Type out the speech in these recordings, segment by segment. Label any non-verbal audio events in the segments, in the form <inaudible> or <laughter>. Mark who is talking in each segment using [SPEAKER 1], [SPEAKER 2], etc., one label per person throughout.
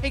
[SPEAKER 1] Hey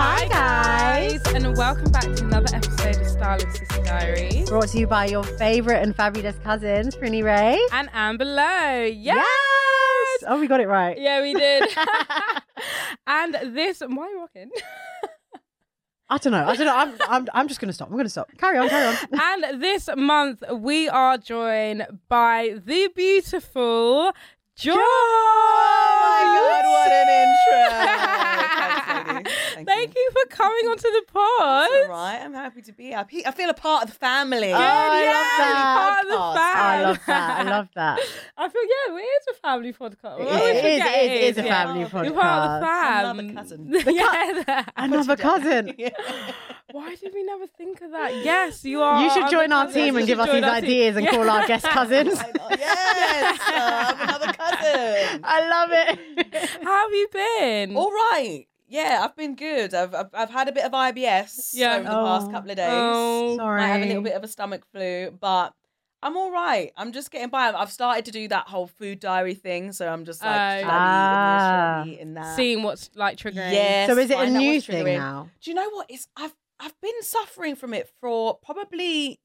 [SPEAKER 2] Hi guys, and welcome back to another episode of Starling Sister Diaries.
[SPEAKER 3] Brought to you by your favourite and fabulous cousins, Prinny Ray.
[SPEAKER 2] And Anne Below, yes!
[SPEAKER 3] Oh, we got it right.
[SPEAKER 2] Yeah, we
[SPEAKER 3] <laughs>
[SPEAKER 2] did. <laughs> and this, why are you walking?
[SPEAKER 3] I don't know. I don't know. I'm, I'm, I'm just going to stop. I'm going to stop. Carry on, carry
[SPEAKER 2] <laughs>
[SPEAKER 3] on.
[SPEAKER 2] and this month, we are joined by the beautiful Joy.
[SPEAKER 3] Oh <laughs>
[SPEAKER 2] <laughs>
[SPEAKER 4] God, what an intro. Thanks, ladies.
[SPEAKER 2] Thank, you for coming onto the pod.
[SPEAKER 4] All right, I'm happy to be here. I pe- I feel a part of the family.
[SPEAKER 3] Oh,
[SPEAKER 4] <laughs>
[SPEAKER 3] I
[SPEAKER 2] yeah,
[SPEAKER 3] love that.
[SPEAKER 2] Part of the
[SPEAKER 4] Podcast.
[SPEAKER 2] fam.
[SPEAKER 3] I love that. I love that.
[SPEAKER 2] <laughs> I feel yeah, it is a family podcast.
[SPEAKER 3] It
[SPEAKER 2] I always
[SPEAKER 3] is- it is-
[SPEAKER 2] forget
[SPEAKER 3] it is a
[SPEAKER 2] yeah.
[SPEAKER 3] family
[SPEAKER 2] You're part of the
[SPEAKER 3] podcast.
[SPEAKER 2] fam.
[SPEAKER 4] Another
[SPEAKER 2] <laughs>
[SPEAKER 4] cousin.
[SPEAKER 2] yeah.
[SPEAKER 3] Another
[SPEAKER 2] <laughs>
[SPEAKER 3] cousin.
[SPEAKER 4] Yeah.
[SPEAKER 2] Why did we never think of that? Yes, you are.
[SPEAKER 3] You should
[SPEAKER 2] other
[SPEAKER 3] join our
[SPEAKER 2] cousins.
[SPEAKER 3] team
[SPEAKER 2] You
[SPEAKER 3] and give us
[SPEAKER 2] should join
[SPEAKER 3] these
[SPEAKER 2] our team.
[SPEAKER 3] ideas and
[SPEAKER 2] Yeah.
[SPEAKER 3] call our
[SPEAKER 2] <laughs>
[SPEAKER 3] guest cousins.
[SPEAKER 4] yes, uh, I'm another cousin.
[SPEAKER 3] <laughs> I love it.
[SPEAKER 2] How have you been?
[SPEAKER 4] All right. Yeah, I've been good. I've I've, I've had a bit of IBS
[SPEAKER 2] Yeah.
[SPEAKER 4] over the
[SPEAKER 3] Oh.
[SPEAKER 4] past couple of days.
[SPEAKER 2] Oh.
[SPEAKER 3] Sorry.
[SPEAKER 4] I have a little bit of a stomach flu, but I'm all right. I'm just getting by. I've started to do that whole food diary thing, so I'm just like,
[SPEAKER 2] Oh. ah.
[SPEAKER 4] should I be eating this? Should I be eating that?
[SPEAKER 2] Seeing what's like triggering.
[SPEAKER 4] Yes.
[SPEAKER 3] So is it a
[SPEAKER 4] find out
[SPEAKER 3] new
[SPEAKER 4] what's
[SPEAKER 3] thing
[SPEAKER 4] triggering.
[SPEAKER 3] now?
[SPEAKER 4] do you know what is i've i've been suffering from it for probably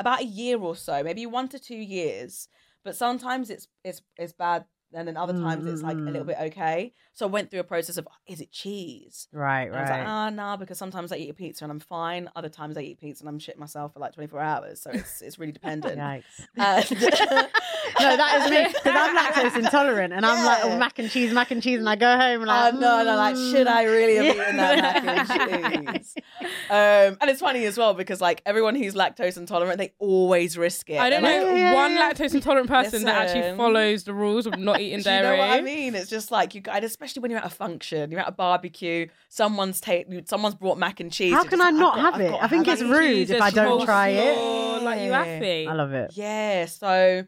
[SPEAKER 4] about a year or so maybe one to two years but sometimes it's it's it's bad and then other times it's like a little
[SPEAKER 3] Mm.
[SPEAKER 4] bit okay so i went through a process of is it cheese
[SPEAKER 3] Right,
[SPEAKER 4] and I was like,
[SPEAKER 3] right.
[SPEAKER 4] ah, nah, because sometimes I eat a pizza and I'm fine. Other times I eat pizza and I'm shit myself for like 24 hours. So it's it's really
[SPEAKER 2] "Oh,
[SPEAKER 3] <laughs>
[SPEAKER 4] dependent.
[SPEAKER 3] Yikes.
[SPEAKER 4] Uh, <laughs>
[SPEAKER 3] No, that is me. Because I'm lactose intolerant and I'm like,
[SPEAKER 4] Yeah.
[SPEAKER 3] oh, mac and cheese, mac and cheese. And I go home and
[SPEAKER 4] Uh,
[SPEAKER 3] I'm like,
[SPEAKER 4] no, no, like, should I really have
[SPEAKER 3] Yeah.
[SPEAKER 4] eaten that mac
[SPEAKER 2] <laughs>
[SPEAKER 4] and cheese? Um, and it's funny as well because like everyone who's lactose intolerant, they always risk it.
[SPEAKER 2] I don't
[SPEAKER 4] They're
[SPEAKER 2] know
[SPEAKER 3] Yeah, yeah,
[SPEAKER 2] one
[SPEAKER 3] yeah.
[SPEAKER 2] lactose intolerant person that actually
[SPEAKER 4] Listen.
[SPEAKER 2] follows the rules of not eating
[SPEAKER 4] Like, <laughs> Do you know
[SPEAKER 2] dairy.
[SPEAKER 4] what I mean? It's just like you guys, especially when you're at a function, you're at a barbecue. Someone's take, someone's brought mac and cheese.
[SPEAKER 3] How
[SPEAKER 4] you're
[SPEAKER 3] can
[SPEAKER 4] just
[SPEAKER 3] I
[SPEAKER 4] like,
[SPEAKER 3] not
[SPEAKER 4] I've
[SPEAKER 3] have
[SPEAKER 4] got-
[SPEAKER 3] it?
[SPEAKER 4] I've
[SPEAKER 3] I think
[SPEAKER 4] got
[SPEAKER 3] it's
[SPEAKER 2] Jesus,
[SPEAKER 4] mac and cheese.
[SPEAKER 3] rude if I don't try it.
[SPEAKER 2] coleslaw, Like you
[SPEAKER 4] Yeah.
[SPEAKER 2] happy.
[SPEAKER 3] mm. I love it.
[SPEAKER 4] Yeah, so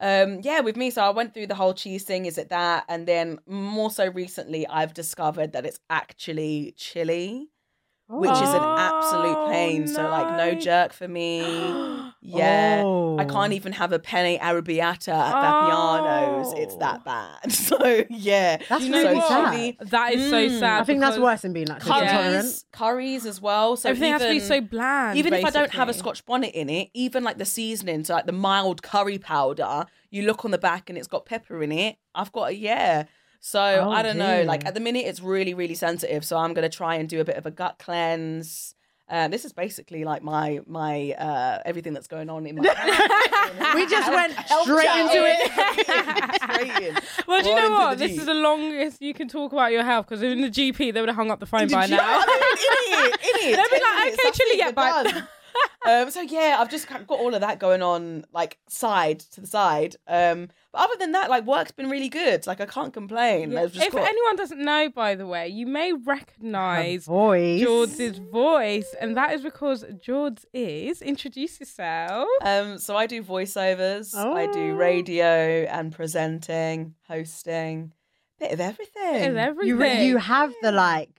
[SPEAKER 4] um yeah, with me, so I went through the whole cheese thing, is it that? And then more so recently I've discovered that it's actually chili, which is an
[SPEAKER 3] Oh,
[SPEAKER 4] absolute pain. So like no
[SPEAKER 2] no.
[SPEAKER 4] jerk for me.
[SPEAKER 3] <gasps>
[SPEAKER 4] Yeah.
[SPEAKER 3] Oh.
[SPEAKER 4] I can't even have a penne arrabbiata at Vapiano's. It's
[SPEAKER 2] Oh.
[SPEAKER 4] that bad. <laughs> So yeah.
[SPEAKER 3] That's
[SPEAKER 2] You
[SPEAKER 4] know
[SPEAKER 3] really
[SPEAKER 4] what?
[SPEAKER 3] sad.
[SPEAKER 4] Chili-
[SPEAKER 2] That is so
[SPEAKER 4] Mm.
[SPEAKER 2] sad.
[SPEAKER 3] I think that's
[SPEAKER 2] because
[SPEAKER 3] worse than being lactose
[SPEAKER 2] Curries.
[SPEAKER 3] intolerant.
[SPEAKER 4] Curries, curries as well. So
[SPEAKER 2] Everything
[SPEAKER 4] even,
[SPEAKER 2] has to be so bland.
[SPEAKER 4] even if I don't have a
[SPEAKER 2] basically.
[SPEAKER 4] Scotch bonnet in it, even like the seasoning, so like the mild curry powder, you look on the back and it's got pepper in it. I've got a yeah. So
[SPEAKER 3] Oh,
[SPEAKER 4] I don't know. Like
[SPEAKER 3] dear.
[SPEAKER 4] at the minute, it's really, really sensitive. So I'm gonna try and do a bit of a gut cleanse. Um, this is basically like my my uh, everything that's going on in my. <laughs>
[SPEAKER 3] We just went <laughs>
[SPEAKER 4] Health
[SPEAKER 3] straight
[SPEAKER 4] chat.
[SPEAKER 3] into
[SPEAKER 4] <laughs> Straight in.
[SPEAKER 2] Well, do you
[SPEAKER 4] Right
[SPEAKER 2] know
[SPEAKER 4] into
[SPEAKER 2] what?
[SPEAKER 4] the
[SPEAKER 2] This is
[SPEAKER 4] deep.
[SPEAKER 2] the longest you can talk about your health because in the GP they would have hung up the phone
[SPEAKER 4] Did
[SPEAKER 2] by
[SPEAKER 4] you- <laughs>
[SPEAKER 2] now.
[SPEAKER 4] I
[SPEAKER 2] <laughs>
[SPEAKER 4] mean, in it, in it.
[SPEAKER 2] They'll be
[SPEAKER 4] 10
[SPEAKER 2] like,
[SPEAKER 4] minutes,
[SPEAKER 2] "Okay,
[SPEAKER 4] that's
[SPEAKER 2] chilli,
[SPEAKER 4] it,
[SPEAKER 2] yeah,
[SPEAKER 4] we're
[SPEAKER 2] bye." <laughs>
[SPEAKER 4] done. um, so yeah, I've just got all of that going on, like side to the side. Um, but other than that, like work's been really good. Like I can't complain. I've just
[SPEAKER 2] if
[SPEAKER 4] got-
[SPEAKER 2] anyone doesn't know, by the way, you may recognise
[SPEAKER 3] Voice.
[SPEAKER 2] George's voice, and that is because George is introduce yourself.
[SPEAKER 4] um, so I do voiceovers, I do
[SPEAKER 3] Oh.
[SPEAKER 4] radio and presenting, hosting, bit of everything.
[SPEAKER 2] Is
[SPEAKER 3] You,
[SPEAKER 2] everything.
[SPEAKER 3] re- you have the like,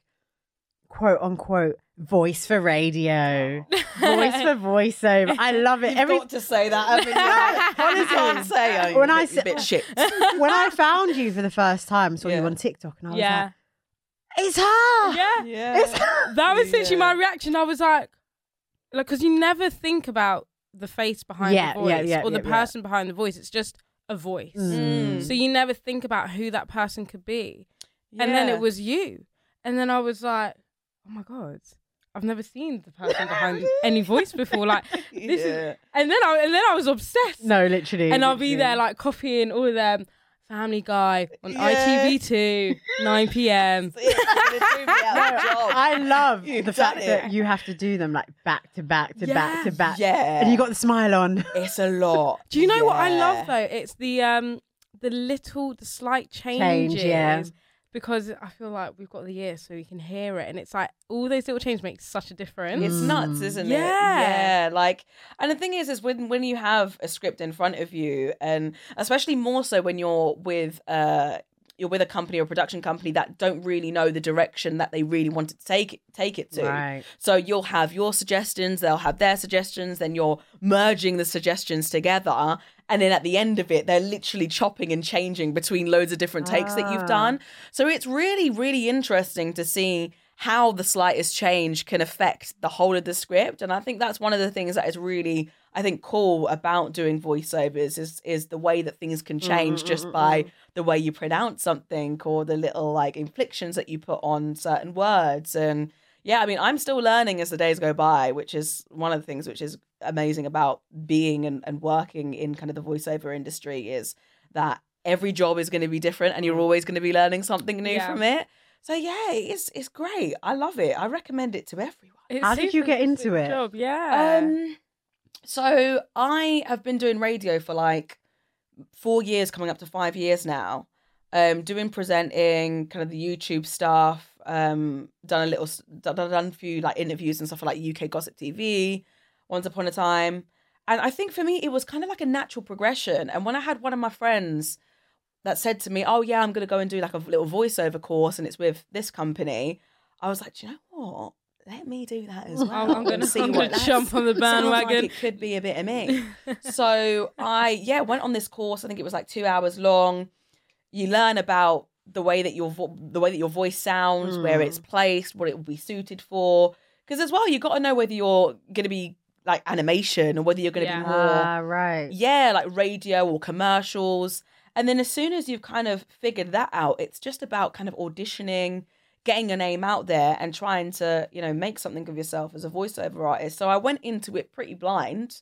[SPEAKER 3] quote unquote, voice for radio, voice
[SPEAKER 4] <laughs>
[SPEAKER 3] for voiceover. I love it.
[SPEAKER 4] You've
[SPEAKER 3] Every
[SPEAKER 4] got to say that. Haven't you?
[SPEAKER 2] <laughs>
[SPEAKER 4] you can't say. Oh,
[SPEAKER 3] When
[SPEAKER 4] when
[SPEAKER 3] I
[SPEAKER 4] I
[SPEAKER 3] say-
[SPEAKER 4] bit shit.
[SPEAKER 3] when I found you for the first time, saw
[SPEAKER 4] Yeah.
[SPEAKER 3] you on TikTok, and I was
[SPEAKER 2] yeah,
[SPEAKER 3] like, "Ah." it's her.
[SPEAKER 2] <laughs> yeah.
[SPEAKER 4] yeah.
[SPEAKER 3] It's <laughs> her.
[SPEAKER 2] That was literally my
[SPEAKER 4] Yeah.
[SPEAKER 2] reaction. I was like, like, because you never think about the face behind
[SPEAKER 3] Yeah,
[SPEAKER 2] the
[SPEAKER 3] yeah,
[SPEAKER 2] voice
[SPEAKER 3] yeah,
[SPEAKER 2] or the
[SPEAKER 3] yeah, yeah.
[SPEAKER 2] person behind the voice. It's just a voice.
[SPEAKER 4] Mm.
[SPEAKER 2] So you never think about who that person could be. And then
[SPEAKER 4] Yeah.
[SPEAKER 2] it was you. And then I was like, oh my God, I've never seen the person behind any voice before.
[SPEAKER 3] <laughs>
[SPEAKER 2] Like, this is.
[SPEAKER 4] Yeah. <laughs>
[SPEAKER 2] And then I, and then I was obsessed.
[SPEAKER 3] No, literally.
[SPEAKER 2] And I'll be
[SPEAKER 3] literally.
[SPEAKER 2] there like copying all of them. Family Guy on
[SPEAKER 4] Yeah.
[SPEAKER 2] ITV2,
[SPEAKER 3] <laughs>
[SPEAKER 2] 9 p.m.
[SPEAKER 4] See, it's gonna do me out of a job.
[SPEAKER 3] I love
[SPEAKER 4] You've
[SPEAKER 3] the fact
[SPEAKER 4] done it.
[SPEAKER 3] that you have to do them like back to back to back to
[SPEAKER 2] Yeah.
[SPEAKER 3] back.
[SPEAKER 4] yeah,
[SPEAKER 3] And you got the smile
[SPEAKER 4] <laughs>
[SPEAKER 3] on.
[SPEAKER 4] it's a lot.
[SPEAKER 2] Do you know what I
[SPEAKER 4] Yeah.
[SPEAKER 2] love though? It's the um the little the slight
[SPEAKER 3] Change,
[SPEAKER 2] changes
[SPEAKER 3] yeah.
[SPEAKER 2] because I feel like we've got the ear so we can hear it, and it's like all those little changes make such a difference.
[SPEAKER 4] It's nuts, isn't it?
[SPEAKER 2] Yeah.
[SPEAKER 4] Yeah. Like, and the thing is, is when when you have a script in front of you, and especially more so when you're with uh you're with a company or production company that don't really know the direction that they really want to take take it to.
[SPEAKER 3] Right.
[SPEAKER 4] So you'll have your suggestions, they'll have their suggestions, then you're merging the suggestions together. And then at the end of it, they're literally chopping and changing between loads of different takes that
[SPEAKER 3] Ah.
[SPEAKER 4] you've done. So it's really, really interesting to see how the slightest change can affect the whole of the script. And I think that's one of the things that is really, I think, cool about doing voiceovers is is the way that things can change just by the way you pronounce something or the little like inflections that you put on certain words. And yeah, I mean, I'm still learning as the days go by, which is one of the things which is amazing about being and, and working in kind of the voiceover industry is that every job is going to be different and you're always going to be learning something new
[SPEAKER 2] Mm. Yeah.
[SPEAKER 4] from it. So yeah, it's it's great. I love it. I recommend it to everyone.
[SPEAKER 2] It's
[SPEAKER 3] How did you
[SPEAKER 2] super
[SPEAKER 3] get
[SPEAKER 2] interesting
[SPEAKER 3] into it?
[SPEAKER 2] Job, yeah.
[SPEAKER 4] Um, so I have been doing radio for like four years, coming up to five years now. Um, doing presenting, kind of the YouTube stuff. Um, done a little, s- done, done- done a few like interviews and stuff for like UK Gossip TV. Once upon a time, and I think for me it was kind of like a natural progression. And when I had one of my friends that said to me, "Oh yeah, I'm gonna go and do like a little voiceover course, and it's with this company," I was like, "Do you know what? Let me do that as well.
[SPEAKER 2] I'm gonna-
[SPEAKER 4] and see
[SPEAKER 2] I'm
[SPEAKER 4] what
[SPEAKER 2] gonna
[SPEAKER 4] that
[SPEAKER 2] jump on the
[SPEAKER 4] <laughs> sounds like.
[SPEAKER 2] bandwagon."
[SPEAKER 4] it could be a bit
[SPEAKER 2] <laughs>
[SPEAKER 4] of me." so I yeah went on this course. I think it was like two hours long. You learn about the way that your vo- the way that your voice sounds, where
[SPEAKER 2] Mm.
[SPEAKER 4] it's placed, what it will be suited for. Because as well, you got to know whether you're going to be like animation or whether you're going to
[SPEAKER 2] Yeah.
[SPEAKER 4] be more
[SPEAKER 3] Ah, right.
[SPEAKER 4] yeah, like radio or commercials. And then as soon as you've kind of figured that out, it's just about kind of auditioning, getting your name out there and trying to, you know, make something of yourself as a voiceover artist. So I went into it pretty blind.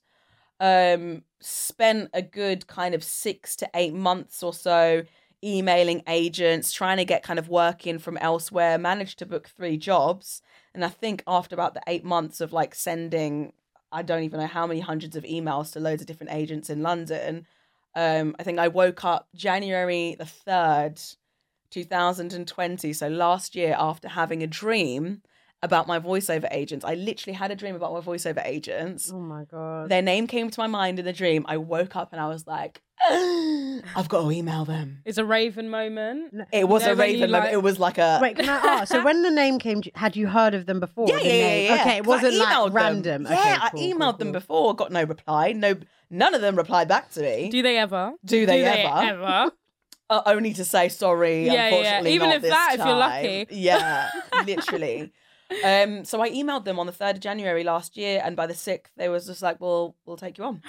[SPEAKER 4] Um spent a good kind of 6 to 8 months or so emailing agents, trying to get kind of work in from elsewhere, managed to book 3 jobs. And I think after about the 8 months of like sending I don't even know how many hundreds of emails to loads of different agents in London. Um, I think I woke up January the 3rd, 2020. So last year, after having a dream about my voiceover agents, I literally had a dream about my voiceover agents.
[SPEAKER 3] Oh my god.
[SPEAKER 4] Their name came to my mind in the dream. I woke up and I was like, <gasps> I've got to email them.
[SPEAKER 2] it's a Raven moment.
[SPEAKER 4] It was
[SPEAKER 2] know
[SPEAKER 4] a
[SPEAKER 2] when you
[SPEAKER 4] raven, moment.
[SPEAKER 2] like-
[SPEAKER 4] it was like a.
[SPEAKER 3] Wait, can I ask? So when the name came, to- had you heard of them before?
[SPEAKER 4] Yeah,
[SPEAKER 3] the
[SPEAKER 4] yeah, yeah,
[SPEAKER 3] name?
[SPEAKER 4] yeah, yeah.
[SPEAKER 3] Okay, it
[SPEAKER 4] 'Cause I
[SPEAKER 3] wasn't
[SPEAKER 4] emailed
[SPEAKER 3] like
[SPEAKER 4] them.
[SPEAKER 3] random.
[SPEAKER 4] Yeah,
[SPEAKER 3] okay,
[SPEAKER 4] I
[SPEAKER 3] cool,
[SPEAKER 4] emailed
[SPEAKER 3] cool,
[SPEAKER 4] them
[SPEAKER 3] cool.
[SPEAKER 4] before, got no reply. No, none of them replied back to me.
[SPEAKER 2] Do they ever?
[SPEAKER 4] Do they ever? <laughs>
[SPEAKER 2] ever?
[SPEAKER 4] uh, only to say sorry.
[SPEAKER 2] Yeah, yeah.
[SPEAKER 4] unfortunately,
[SPEAKER 2] Even
[SPEAKER 4] not
[SPEAKER 2] if
[SPEAKER 4] this
[SPEAKER 2] that, if you're
[SPEAKER 4] time.
[SPEAKER 2] lucky.
[SPEAKER 3] <laughs>
[SPEAKER 4] Yeah, literally. Um, so I emailed them on the third of January last year, and by the sixth, they was just like, "Well, we'll take you on."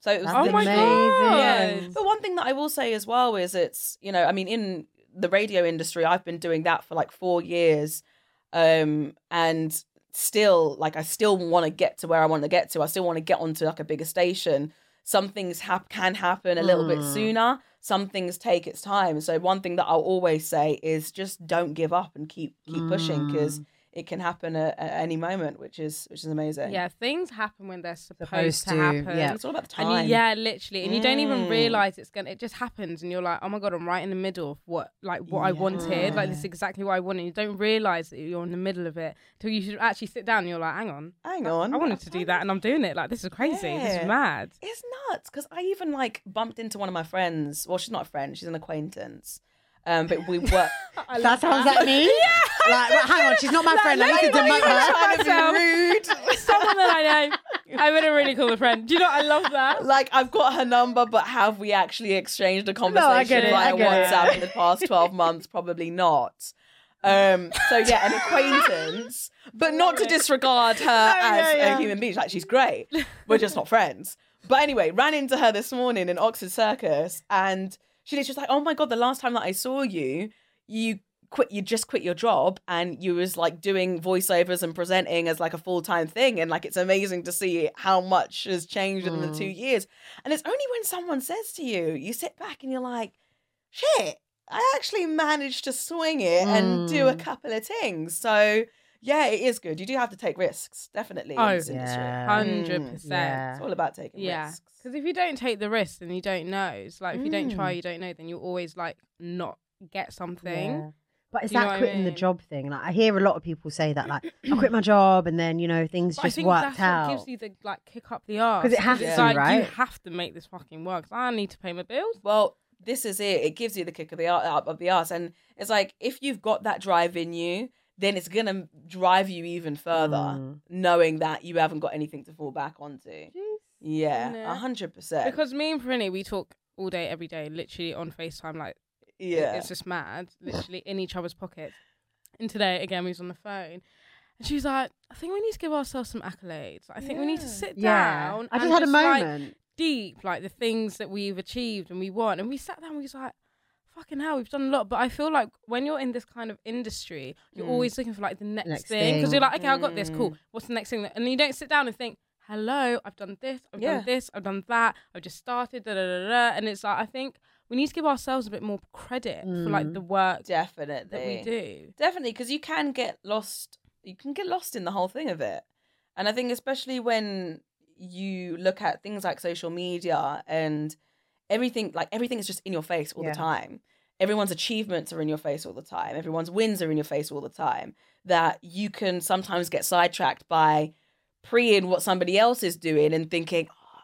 [SPEAKER 4] So it was
[SPEAKER 3] That's
[SPEAKER 2] oh my
[SPEAKER 4] literally-
[SPEAKER 2] god!
[SPEAKER 3] amazing.
[SPEAKER 4] But one thing that I will say as well is it's you know I mean in the radio industry I've been doing that for like four years, um, and still like I still want to get to where I want to get to. I still want to get onto like a bigger station. Some things hap- can happen a little bit
[SPEAKER 3] Mm.
[SPEAKER 4] sooner. Some things take its time. So one thing that I'll always say is just don't give up and keep keep pushing because it can happen at, at any moment, which is which is amazing.
[SPEAKER 2] Yeah, things happen when they're supposed,
[SPEAKER 3] Supposed
[SPEAKER 2] to,
[SPEAKER 3] to,
[SPEAKER 2] happen.
[SPEAKER 3] yeah.
[SPEAKER 4] it's all about the
[SPEAKER 2] And you-
[SPEAKER 4] time.
[SPEAKER 2] yeah, literally, and you don't even
[SPEAKER 4] Mm.
[SPEAKER 2] realize it's gonna. It just happens, and you're like, "Oh my god, I'm right in the middle of what, like, what I wanted. Like, this is exactly what I wanted." You don't realize that you're in the middle of it until you should actually sit down. and You're like, "Hang on,
[SPEAKER 4] hang
[SPEAKER 2] I-
[SPEAKER 4] on.
[SPEAKER 2] I wanted to do that, and I'm doing it. Like, this is crazy. This
[SPEAKER 4] Yeah.
[SPEAKER 2] is mad."
[SPEAKER 4] It's nuts because I even like bumped into one of my friends. Well, she's not a friend; she's an acquaintance. Um, but
[SPEAKER 3] <laughs>
[SPEAKER 4] we were.
[SPEAKER 3] That sounds like
[SPEAKER 4] <laughs>
[SPEAKER 3] me. yeah. Like, well, hang on, she's not my friend. I need to demote her.
[SPEAKER 4] trying to
[SPEAKER 2] myself.
[SPEAKER 4] be rude.
[SPEAKER 2] Someone that I know. I wouldn't really call a friend. Do you know? what? I love
[SPEAKER 4] <laughs>
[SPEAKER 2] that.
[SPEAKER 4] Like I've got her number, but have we actually exchanged a conversation
[SPEAKER 3] get it, I
[SPEAKER 4] via
[SPEAKER 3] get it.
[SPEAKER 4] WhatsApp in the past twelve months? Probably not. Um, so yeah, an acquaintance,
[SPEAKER 3] <laughs>
[SPEAKER 4] but not to disregard her as a human being. Like she's great. We're just not friends. But anyway, ran into her this morning in Oxford Circus, and she was just like, "Oh my god, the last time that I saw you, you quit, you just quit your job, and you was like doing voiceovers and presenting as like a full time thing, and like it's amazing to see how much
[SPEAKER 2] Mm.
[SPEAKER 4] has changed in the two years. And it's only when someone says to you, you sit back and you're like, shit, I actually managed to swing it and do a
[SPEAKER 2] Mm.
[SPEAKER 4] couple of things. So yeah, it is good. You do have to take risks, definitely.
[SPEAKER 2] Oh,
[SPEAKER 4] in this industry.
[SPEAKER 3] Yeah.
[SPEAKER 2] Hundred
[SPEAKER 4] Mm,
[SPEAKER 2] percent.
[SPEAKER 4] It's all about taking
[SPEAKER 2] Yeah,
[SPEAKER 4] risks.
[SPEAKER 2] because if you don't take the risk and you don't know, it's like if you don't
[SPEAKER 3] Mm.
[SPEAKER 2] try, you don't know, then you'll always like not get
[SPEAKER 3] Yeah.
[SPEAKER 2] something.
[SPEAKER 3] But is
[SPEAKER 2] Do you know what
[SPEAKER 3] that
[SPEAKER 2] I
[SPEAKER 3] quitting the
[SPEAKER 2] mean?
[SPEAKER 3] job thing? Like I hear a lot of people say that, like I quit my job and then you know things
[SPEAKER 2] But I
[SPEAKER 3] just
[SPEAKER 2] think
[SPEAKER 3] worked
[SPEAKER 2] that's
[SPEAKER 3] out.
[SPEAKER 2] what gives you the like kick up the arse
[SPEAKER 3] 'Cause it has
[SPEAKER 2] it's
[SPEAKER 4] to,
[SPEAKER 2] like, You
[SPEAKER 3] right?
[SPEAKER 2] have to make this fucking work. 'cause I need to pay my bills.
[SPEAKER 4] Well, this is it. It gives you the kick of the ar- up of the arse, and it's like if you've got that drive in you, then it's gonna drive you even further,
[SPEAKER 3] Mm.
[SPEAKER 4] knowing that you haven't got anything to fall back onto. Yeah,
[SPEAKER 2] Yeah.
[SPEAKER 4] a hundred percent.
[SPEAKER 2] Because me and Prinny, we talk all day, every day, literally on FaceTime. Like, it-
[SPEAKER 4] yeah,
[SPEAKER 2] it's just
[SPEAKER 3] <sighs>
[SPEAKER 2] mad, literally in each other's pockets. And today, again, we was on the phone. And she was like, I think we need to give ourselves some accolades. I think we need to sit
[SPEAKER 3] yeah.
[SPEAKER 2] down.
[SPEAKER 3] I just
[SPEAKER 2] and
[SPEAKER 3] had a
[SPEAKER 2] like,
[SPEAKER 3] moment.
[SPEAKER 2] deep, like the things that we've achieved and we want. And we sat down and we was like, fucking hell, we've done a lot. But I feel like when you're in this kind of industry, you're always looking for like the next,
[SPEAKER 3] Next
[SPEAKER 2] thing. Because
[SPEAKER 3] thing.
[SPEAKER 2] you're like, okay, I've got this, cool. What's the next thing? And you don't sit down and think, hello, I've done this, I've
[SPEAKER 4] Yeah.
[SPEAKER 2] done this, I've done that, I've just started, da da da da. And it's like, I think we need to give ourselves a bit more credit for like the work
[SPEAKER 4] definitely.
[SPEAKER 2] that we do.
[SPEAKER 4] Definitely, because you can get lost. You can get lost in the whole thing of it, and I think especially when you look at things like social media and everything, like everything is just in your face all
[SPEAKER 3] Yeah.
[SPEAKER 4] the time. Everyone's achievements are in your face all the time. Everyone's wins are in your face all the time. That you can sometimes get sidetracked by pre-ing what somebody else is doing and thinking, oh,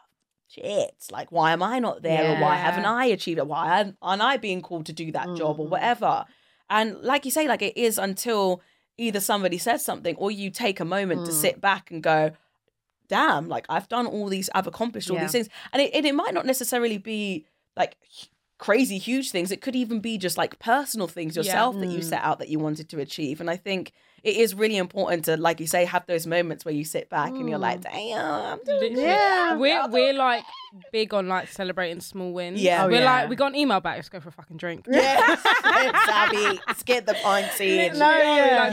[SPEAKER 4] shit, like why am I not there? Or why
[SPEAKER 2] Yeah.
[SPEAKER 4] haven't I achieved it? Why aren't I being called to do that job or
[SPEAKER 3] Mhm.
[SPEAKER 4] whatever? And like you say, like it is until either somebody says something or you take a moment to
[SPEAKER 3] Mm.
[SPEAKER 4] sit back and go, damn, like I've done all these, I've accomplished all
[SPEAKER 3] Yeah.
[SPEAKER 4] these things. And it, and it might not necessarily be like h- crazy huge things. It could even be just like personal things
[SPEAKER 2] Yeah.
[SPEAKER 4] yourself that you
[SPEAKER 3] Mm.
[SPEAKER 4] set out that you wanted to achieve. And I think it is really important to, like you say, have those moments where you sit back and you're like, damn, I'm doing
[SPEAKER 2] Literally.
[SPEAKER 3] Yeah.
[SPEAKER 2] We're, we're like big on like celebrating small wins.
[SPEAKER 4] Yeah.
[SPEAKER 3] Oh,
[SPEAKER 2] we're
[SPEAKER 3] yeah.
[SPEAKER 2] like, we got an email back, let's go for a fucking drink.
[SPEAKER 4] <laughs> Yes, Abby, let's get the pints in.
[SPEAKER 3] No, yeah.
[SPEAKER 2] Like
[SPEAKER 4] Yeah,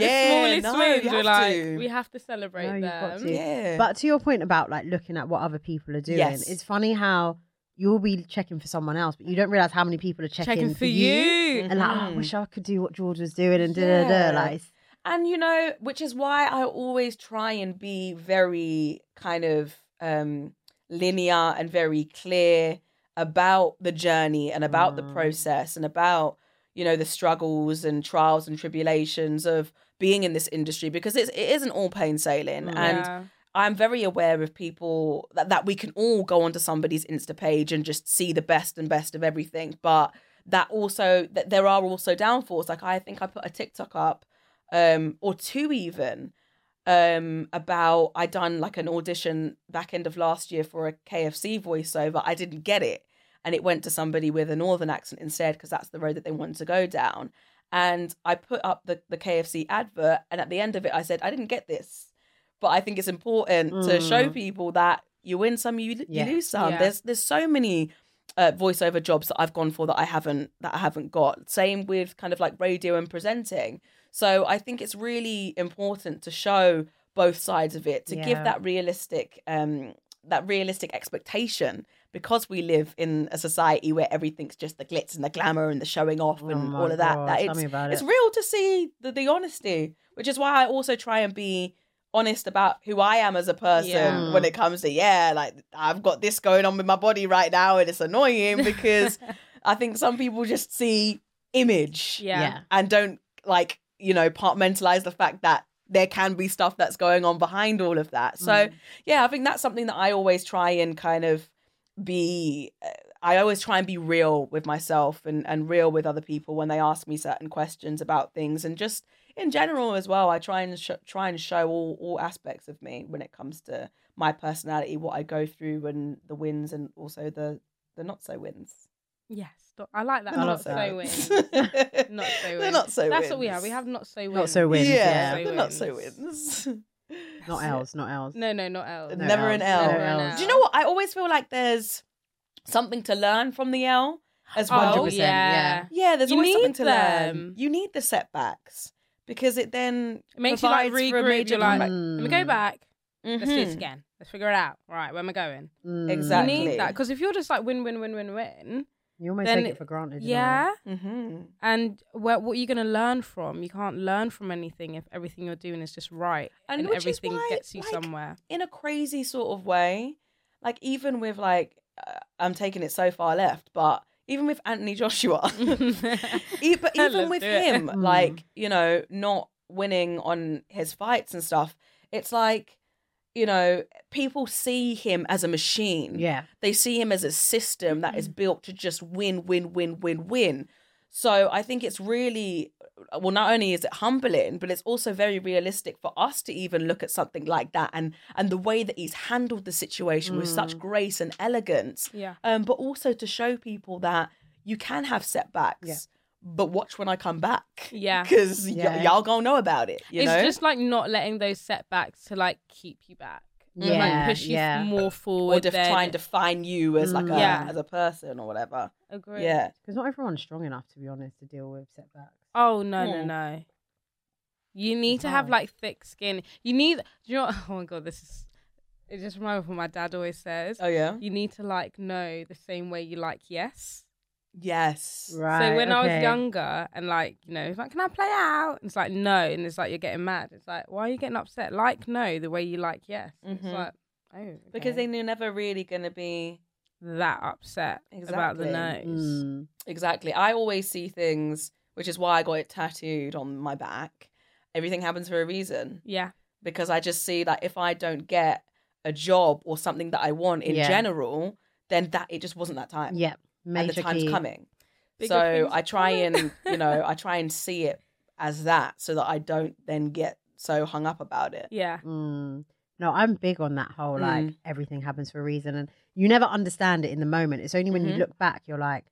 [SPEAKER 2] the smallest
[SPEAKER 4] no,
[SPEAKER 2] wins,
[SPEAKER 4] you
[SPEAKER 2] we're
[SPEAKER 4] have
[SPEAKER 2] like,
[SPEAKER 4] to.
[SPEAKER 2] we have to celebrate
[SPEAKER 3] No, you've got
[SPEAKER 2] them.
[SPEAKER 3] to.
[SPEAKER 4] Yeah.
[SPEAKER 3] But to your point about like looking at what other people are doing,
[SPEAKER 4] Yes.
[SPEAKER 3] it's funny how you'll be checking for someone else, but you don't realize how many people are checking,
[SPEAKER 2] Checking for you. Mm-hmm.
[SPEAKER 3] And like, oh, I
[SPEAKER 4] Mhm.
[SPEAKER 3] wish I could do what George was doing, and da da
[SPEAKER 4] Yeah.
[SPEAKER 3] da. Like, it's-
[SPEAKER 4] and you know which is why i always try and be very kind of um linear and very clear about the journey and about the
[SPEAKER 3] Mm.
[SPEAKER 4] process and about you know the struggles and trials and tribulations of being in this industry because it's, it isn't all plain sailing
[SPEAKER 2] Mm-hmm.
[SPEAKER 3] Mm.
[SPEAKER 4] and
[SPEAKER 2] Yeah.
[SPEAKER 4] I'm very aware of people that, that we can all go onto somebody's Insta page and just see the best and best of everything. But that also that there are also downfalls. Like I think I put a TikTok up, um, or two even, um, about I done like an audition back end of last year for a KFC voiceover. I didn't get it. And it went to somebody with a northern accent instead, because that's the road that they wanted to go down. And I put up the, the KFC advert, and at the end of it, I said, I didn't get this but I think it's important to show
[SPEAKER 3] Mm.
[SPEAKER 4] people that you win some, you, l-
[SPEAKER 3] Yeah.
[SPEAKER 4] you lose some.
[SPEAKER 2] Yeah.
[SPEAKER 4] um, There's there's so many uh, voiceover jobs that I've gone for that I haven't that I haven't got. Same with kind of like radio and presenting. So I think it's really important to show both sides of it to give
[SPEAKER 3] Yeah.
[SPEAKER 4] that realistic um that realistic expectation because we live in a society where everything's just the glitz and the glamour and the showing off
[SPEAKER 3] oh
[SPEAKER 4] and
[SPEAKER 3] my
[SPEAKER 4] all of that.
[SPEAKER 3] God,
[SPEAKER 4] that
[SPEAKER 3] tell
[SPEAKER 4] it's
[SPEAKER 3] me about
[SPEAKER 4] it's
[SPEAKER 3] it.
[SPEAKER 4] real to see the, the honesty, which is why I also try and be honest about who I am as a person
[SPEAKER 2] Yeah.
[SPEAKER 4] when it comes to, yeah, like I've got this going on with my body right now and it's annoying because I think some people just see image
[SPEAKER 2] Yeah.
[SPEAKER 3] yeah.
[SPEAKER 4] and don't like, you know, partmentalize the fact that there can be stuff that's going on behind all of that. So,
[SPEAKER 3] Mm.
[SPEAKER 4] yeah, I think that's something that I always try and kind of be. uh, I always try and be real with myself and, and real with other people when they ask me certain questions about things and just in general as well. I try and sh- try and show all, all aspects of me when it comes to my personality, what I go through, and the wins and also the the not so wins.
[SPEAKER 2] Yes. Th- I like that.
[SPEAKER 4] The
[SPEAKER 2] Not, so
[SPEAKER 4] <laughs>
[SPEAKER 2] wins.
[SPEAKER 4] wins.
[SPEAKER 2] <laughs> Not so wins.
[SPEAKER 4] The not so
[SPEAKER 2] That's what we
[SPEAKER 4] wins.
[SPEAKER 2] have. We have not so wins.
[SPEAKER 3] Not so wins,
[SPEAKER 4] Yeah,
[SPEAKER 3] yeah.
[SPEAKER 4] the not so wins.
[SPEAKER 3] Not L's, not L's.
[SPEAKER 2] No, no, not L.
[SPEAKER 3] No
[SPEAKER 4] Never an L.
[SPEAKER 3] No
[SPEAKER 2] Never an L.
[SPEAKER 4] Do you know what? I always feel like there's something to learn from the L as
[SPEAKER 2] Oh,
[SPEAKER 4] well.
[SPEAKER 3] 100%, yeah.
[SPEAKER 4] Yeah, there's
[SPEAKER 2] You
[SPEAKER 4] always something
[SPEAKER 2] need
[SPEAKER 4] to
[SPEAKER 2] them.
[SPEAKER 4] learn. You need the setbacks because it then
[SPEAKER 2] It makes you like
[SPEAKER 4] provides for a
[SPEAKER 2] regroup.
[SPEAKER 4] major
[SPEAKER 2] You're like,
[SPEAKER 4] comeback.
[SPEAKER 2] let me
[SPEAKER 3] Mm.
[SPEAKER 2] go back. Let's do this
[SPEAKER 4] Mhm.
[SPEAKER 2] again. Let's figure it out. Right, where am I going?
[SPEAKER 3] Mm.
[SPEAKER 4] Exactly.
[SPEAKER 2] You need that because if you're just like win, win, win, win, win,
[SPEAKER 3] You almost
[SPEAKER 2] Then-
[SPEAKER 3] take it for granted. in a way.
[SPEAKER 2] yeah.
[SPEAKER 4] Mm-hmm.
[SPEAKER 2] And where, what are you going to learn from? You can't learn from anything if everything you're doing is just right
[SPEAKER 4] And
[SPEAKER 2] and,
[SPEAKER 4] which is
[SPEAKER 2] everything
[SPEAKER 4] why,
[SPEAKER 2] gets you <laughs>
[SPEAKER 4] like,
[SPEAKER 2] somewhere.
[SPEAKER 4] in a crazy sort of way, like even with like uh, I'm taking it so far left, but even with Anthony <laughs> Joshua, e- but even
[SPEAKER 2] Let's
[SPEAKER 4] with
[SPEAKER 2] do it.
[SPEAKER 4] him,
[SPEAKER 3] Mm.
[SPEAKER 4] like you know, not winning on his fights and stuff, it's like you know, people see him as a machine.
[SPEAKER 3] Yeah.
[SPEAKER 4] They see him as a system that is built to just win, win, win, win, win. So I think it's really well, not only is it humbling, but it's also very realistic for us to even look at something like that and and the way that he's handled the situation with such grace and elegance.
[SPEAKER 2] <laughs> Yeah.
[SPEAKER 4] Um, but also to show people that you can have setbacks.
[SPEAKER 3] Yeah.
[SPEAKER 4] But watch when I come back.
[SPEAKER 2] Yeah.
[SPEAKER 4] Because
[SPEAKER 3] Yeah.
[SPEAKER 4] y'all gonna know about it. You
[SPEAKER 2] it's
[SPEAKER 4] know?
[SPEAKER 2] just like not letting those setbacks to like keep you back. and,
[SPEAKER 3] Yeah,
[SPEAKER 2] like push you
[SPEAKER 3] yeah.
[SPEAKER 2] more
[SPEAKER 4] or
[SPEAKER 2] forward.
[SPEAKER 4] def-
[SPEAKER 2] than-
[SPEAKER 4] try and define you as like a
[SPEAKER 3] Mm.
[SPEAKER 2] Yeah.
[SPEAKER 4] as a person or whatever.
[SPEAKER 2] Agree.
[SPEAKER 4] Yeah.
[SPEAKER 3] Because not everyone's strong enough, to be honest, to deal with setbacks.
[SPEAKER 2] Oh no no
[SPEAKER 4] Mm.
[SPEAKER 2] no! You need to
[SPEAKER 3] hard.
[SPEAKER 2] have like thick skin. You need. Do you know? <laughs> What, oh my god, this is. It just reminds me of what my dad always says.
[SPEAKER 4] Oh yeah.
[SPEAKER 2] You need to like no the same way you like yes.
[SPEAKER 4] Yes.
[SPEAKER 3] Right.
[SPEAKER 2] so when I was
[SPEAKER 3] okay.
[SPEAKER 2] younger and like you know, it's like can I play out? And it's like no, and it's like you're getting mad. It's like why are you getting upset? Like no, the way you like yes. It's
[SPEAKER 3] Mm-hmm.
[SPEAKER 4] Mhm.
[SPEAKER 2] like oh
[SPEAKER 4] Because they
[SPEAKER 2] okay.
[SPEAKER 4] knew never really gonna be
[SPEAKER 2] that upset about the
[SPEAKER 4] Exactly.
[SPEAKER 2] nose.
[SPEAKER 3] Mm.
[SPEAKER 4] Exactly. I always see things, which is why I got it tattooed on my back. Everything happens for a reason
[SPEAKER 2] Yeah.
[SPEAKER 4] because I just see that if I don't get a job or something that I want in
[SPEAKER 3] Yeah.
[SPEAKER 4] general, then that it just wasn't that time.
[SPEAKER 3] Yeah. Major
[SPEAKER 4] and the time's
[SPEAKER 3] key.
[SPEAKER 4] coming.
[SPEAKER 2] Bigger
[SPEAKER 4] so
[SPEAKER 2] things
[SPEAKER 4] I
[SPEAKER 2] are
[SPEAKER 4] try and
[SPEAKER 2] coming.
[SPEAKER 4] you
[SPEAKER 2] <laughs>
[SPEAKER 4] know I try and see it as that so that I don't then get so hung up about it.
[SPEAKER 2] Yeah.
[SPEAKER 3] Mm. No, I'm big on that whole like
[SPEAKER 4] Mm.
[SPEAKER 3] everything happens for a reason, and you never understand it in the moment. It's only when
[SPEAKER 4] Mhm.
[SPEAKER 3] you look back you're like,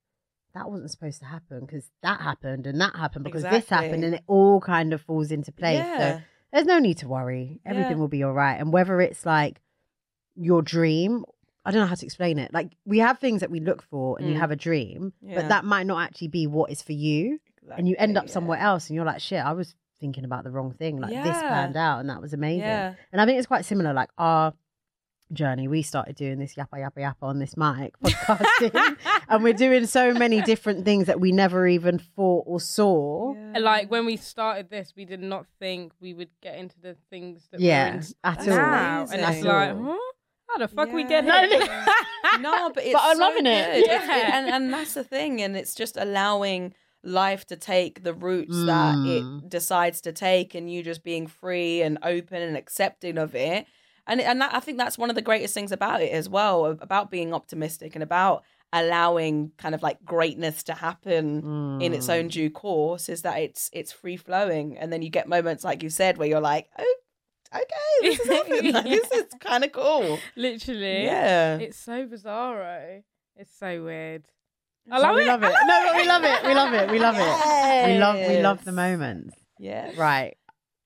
[SPEAKER 3] that wasn't supposed to happen because that happened and that happened because this happened,
[SPEAKER 4] Exactly.
[SPEAKER 3] and it all kind of falls into place.
[SPEAKER 4] Yeah.
[SPEAKER 3] So there's no need to worry. Everything
[SPEAKER 4] Yeah.
[SPEAKER 3] will be all right. And whether it's like your dream, I don't know how to explain it. Like we have things that we look for, and
[SPEAKER 4] Mm.
[SPEAKER 3] you have a dream,
[SPEAKER 4] Yeah.
[SPEAKER 3] but that might not actually be what is for you and you end up
[SPEAKER 4] Exactly,
[SPEAKER 3] somewhere else and you're like shit i was thinking about the wrong thing like this
[SPEAKER 4] Yeah.
[SPEAKER 3] planned out and that was
[SPEAKER 4] yeah.
[SPEAKER 3] amazing
[SPEAKER 4] Yeah.
[SPEAKER 3] and i think it's quite similar like our journey we started doing this yappa yappa yappa on this mic <laughs>
[SPEAKER 4] <laughs>
[SPEAKER 3] podcasting <laughs> and we're doing so many different things that we never even thought or saw
[SPEAKER 4] Yeah.
[SPEAKER 2] And, <laughs> Like when we started this, we did not think we would get into the things that
[SPEAKER 3] yeah,
[SPEAKER 2] we're in
[SPEAKER 3] at
[SPEAKER 4] That's
[SPEAKER 3] all
[SPEAKER 2] now, and
[SPEAKER 4] amazing.
[SPEAKER 2] it's like,
[SPEAKER 3] At all.
[SPEAKER 2] huh? how the fuck we
[SPEAKER 4] Yeah.
[SPEAKER 2] get
[SPEAKER 4] No,
[SPEAKER 2] here?
[SPEAKER 3] <laughs>
[SPEAKER 2] <laughs>
[SPEAKER 4] no, but it's
[SPEAKER 3] I'm
[SPEAKER 4] so
[SPEAKER 3] loving it.
[SPEAKER 4] good. It's-
[SPEAKER 2] Yeah.
[SPEAKER 4] and and that's the thing, and it's just allowing life to take the routes that
[SPEAKER 3] Mm.
[SPEAKER 4] it decides to take, and you just being free and open and accepting of it. And and that, I think that's one of the greatest things about it as well, about being optimistic and about allowing kind of like greatness to happen in its
[SPEAKER 3] Mm.
[SPEAKER 4] own due course. Is that it's it's free flowing, and then you get moments like you said where you're like, oh, okay,
[SPEAKER 3] <laughs>
[SPEAKER 4] this is happening. Like, <laughs> This is kind of cool.
[SPEAKER 2] Literally,
[SPEAKER 4] Yeah.
[SPEAKER 2] It's so bizarro. It's so weird. I
[SPEAKER 3] So
[SPEAKER 2] love
[SPEAKER 3] we
[SPEAKER 2] it.
[SPEAKER 3] love
[SPEAKER 2] I
[SPEAKER 3] it no but we love it we love it we love it we Mm. love we love the
[SPEAKER 4] Yes.
[SPEAKER 3] moments
[SPEAKER 4] Yeah.
[SPEAKER 3] Right.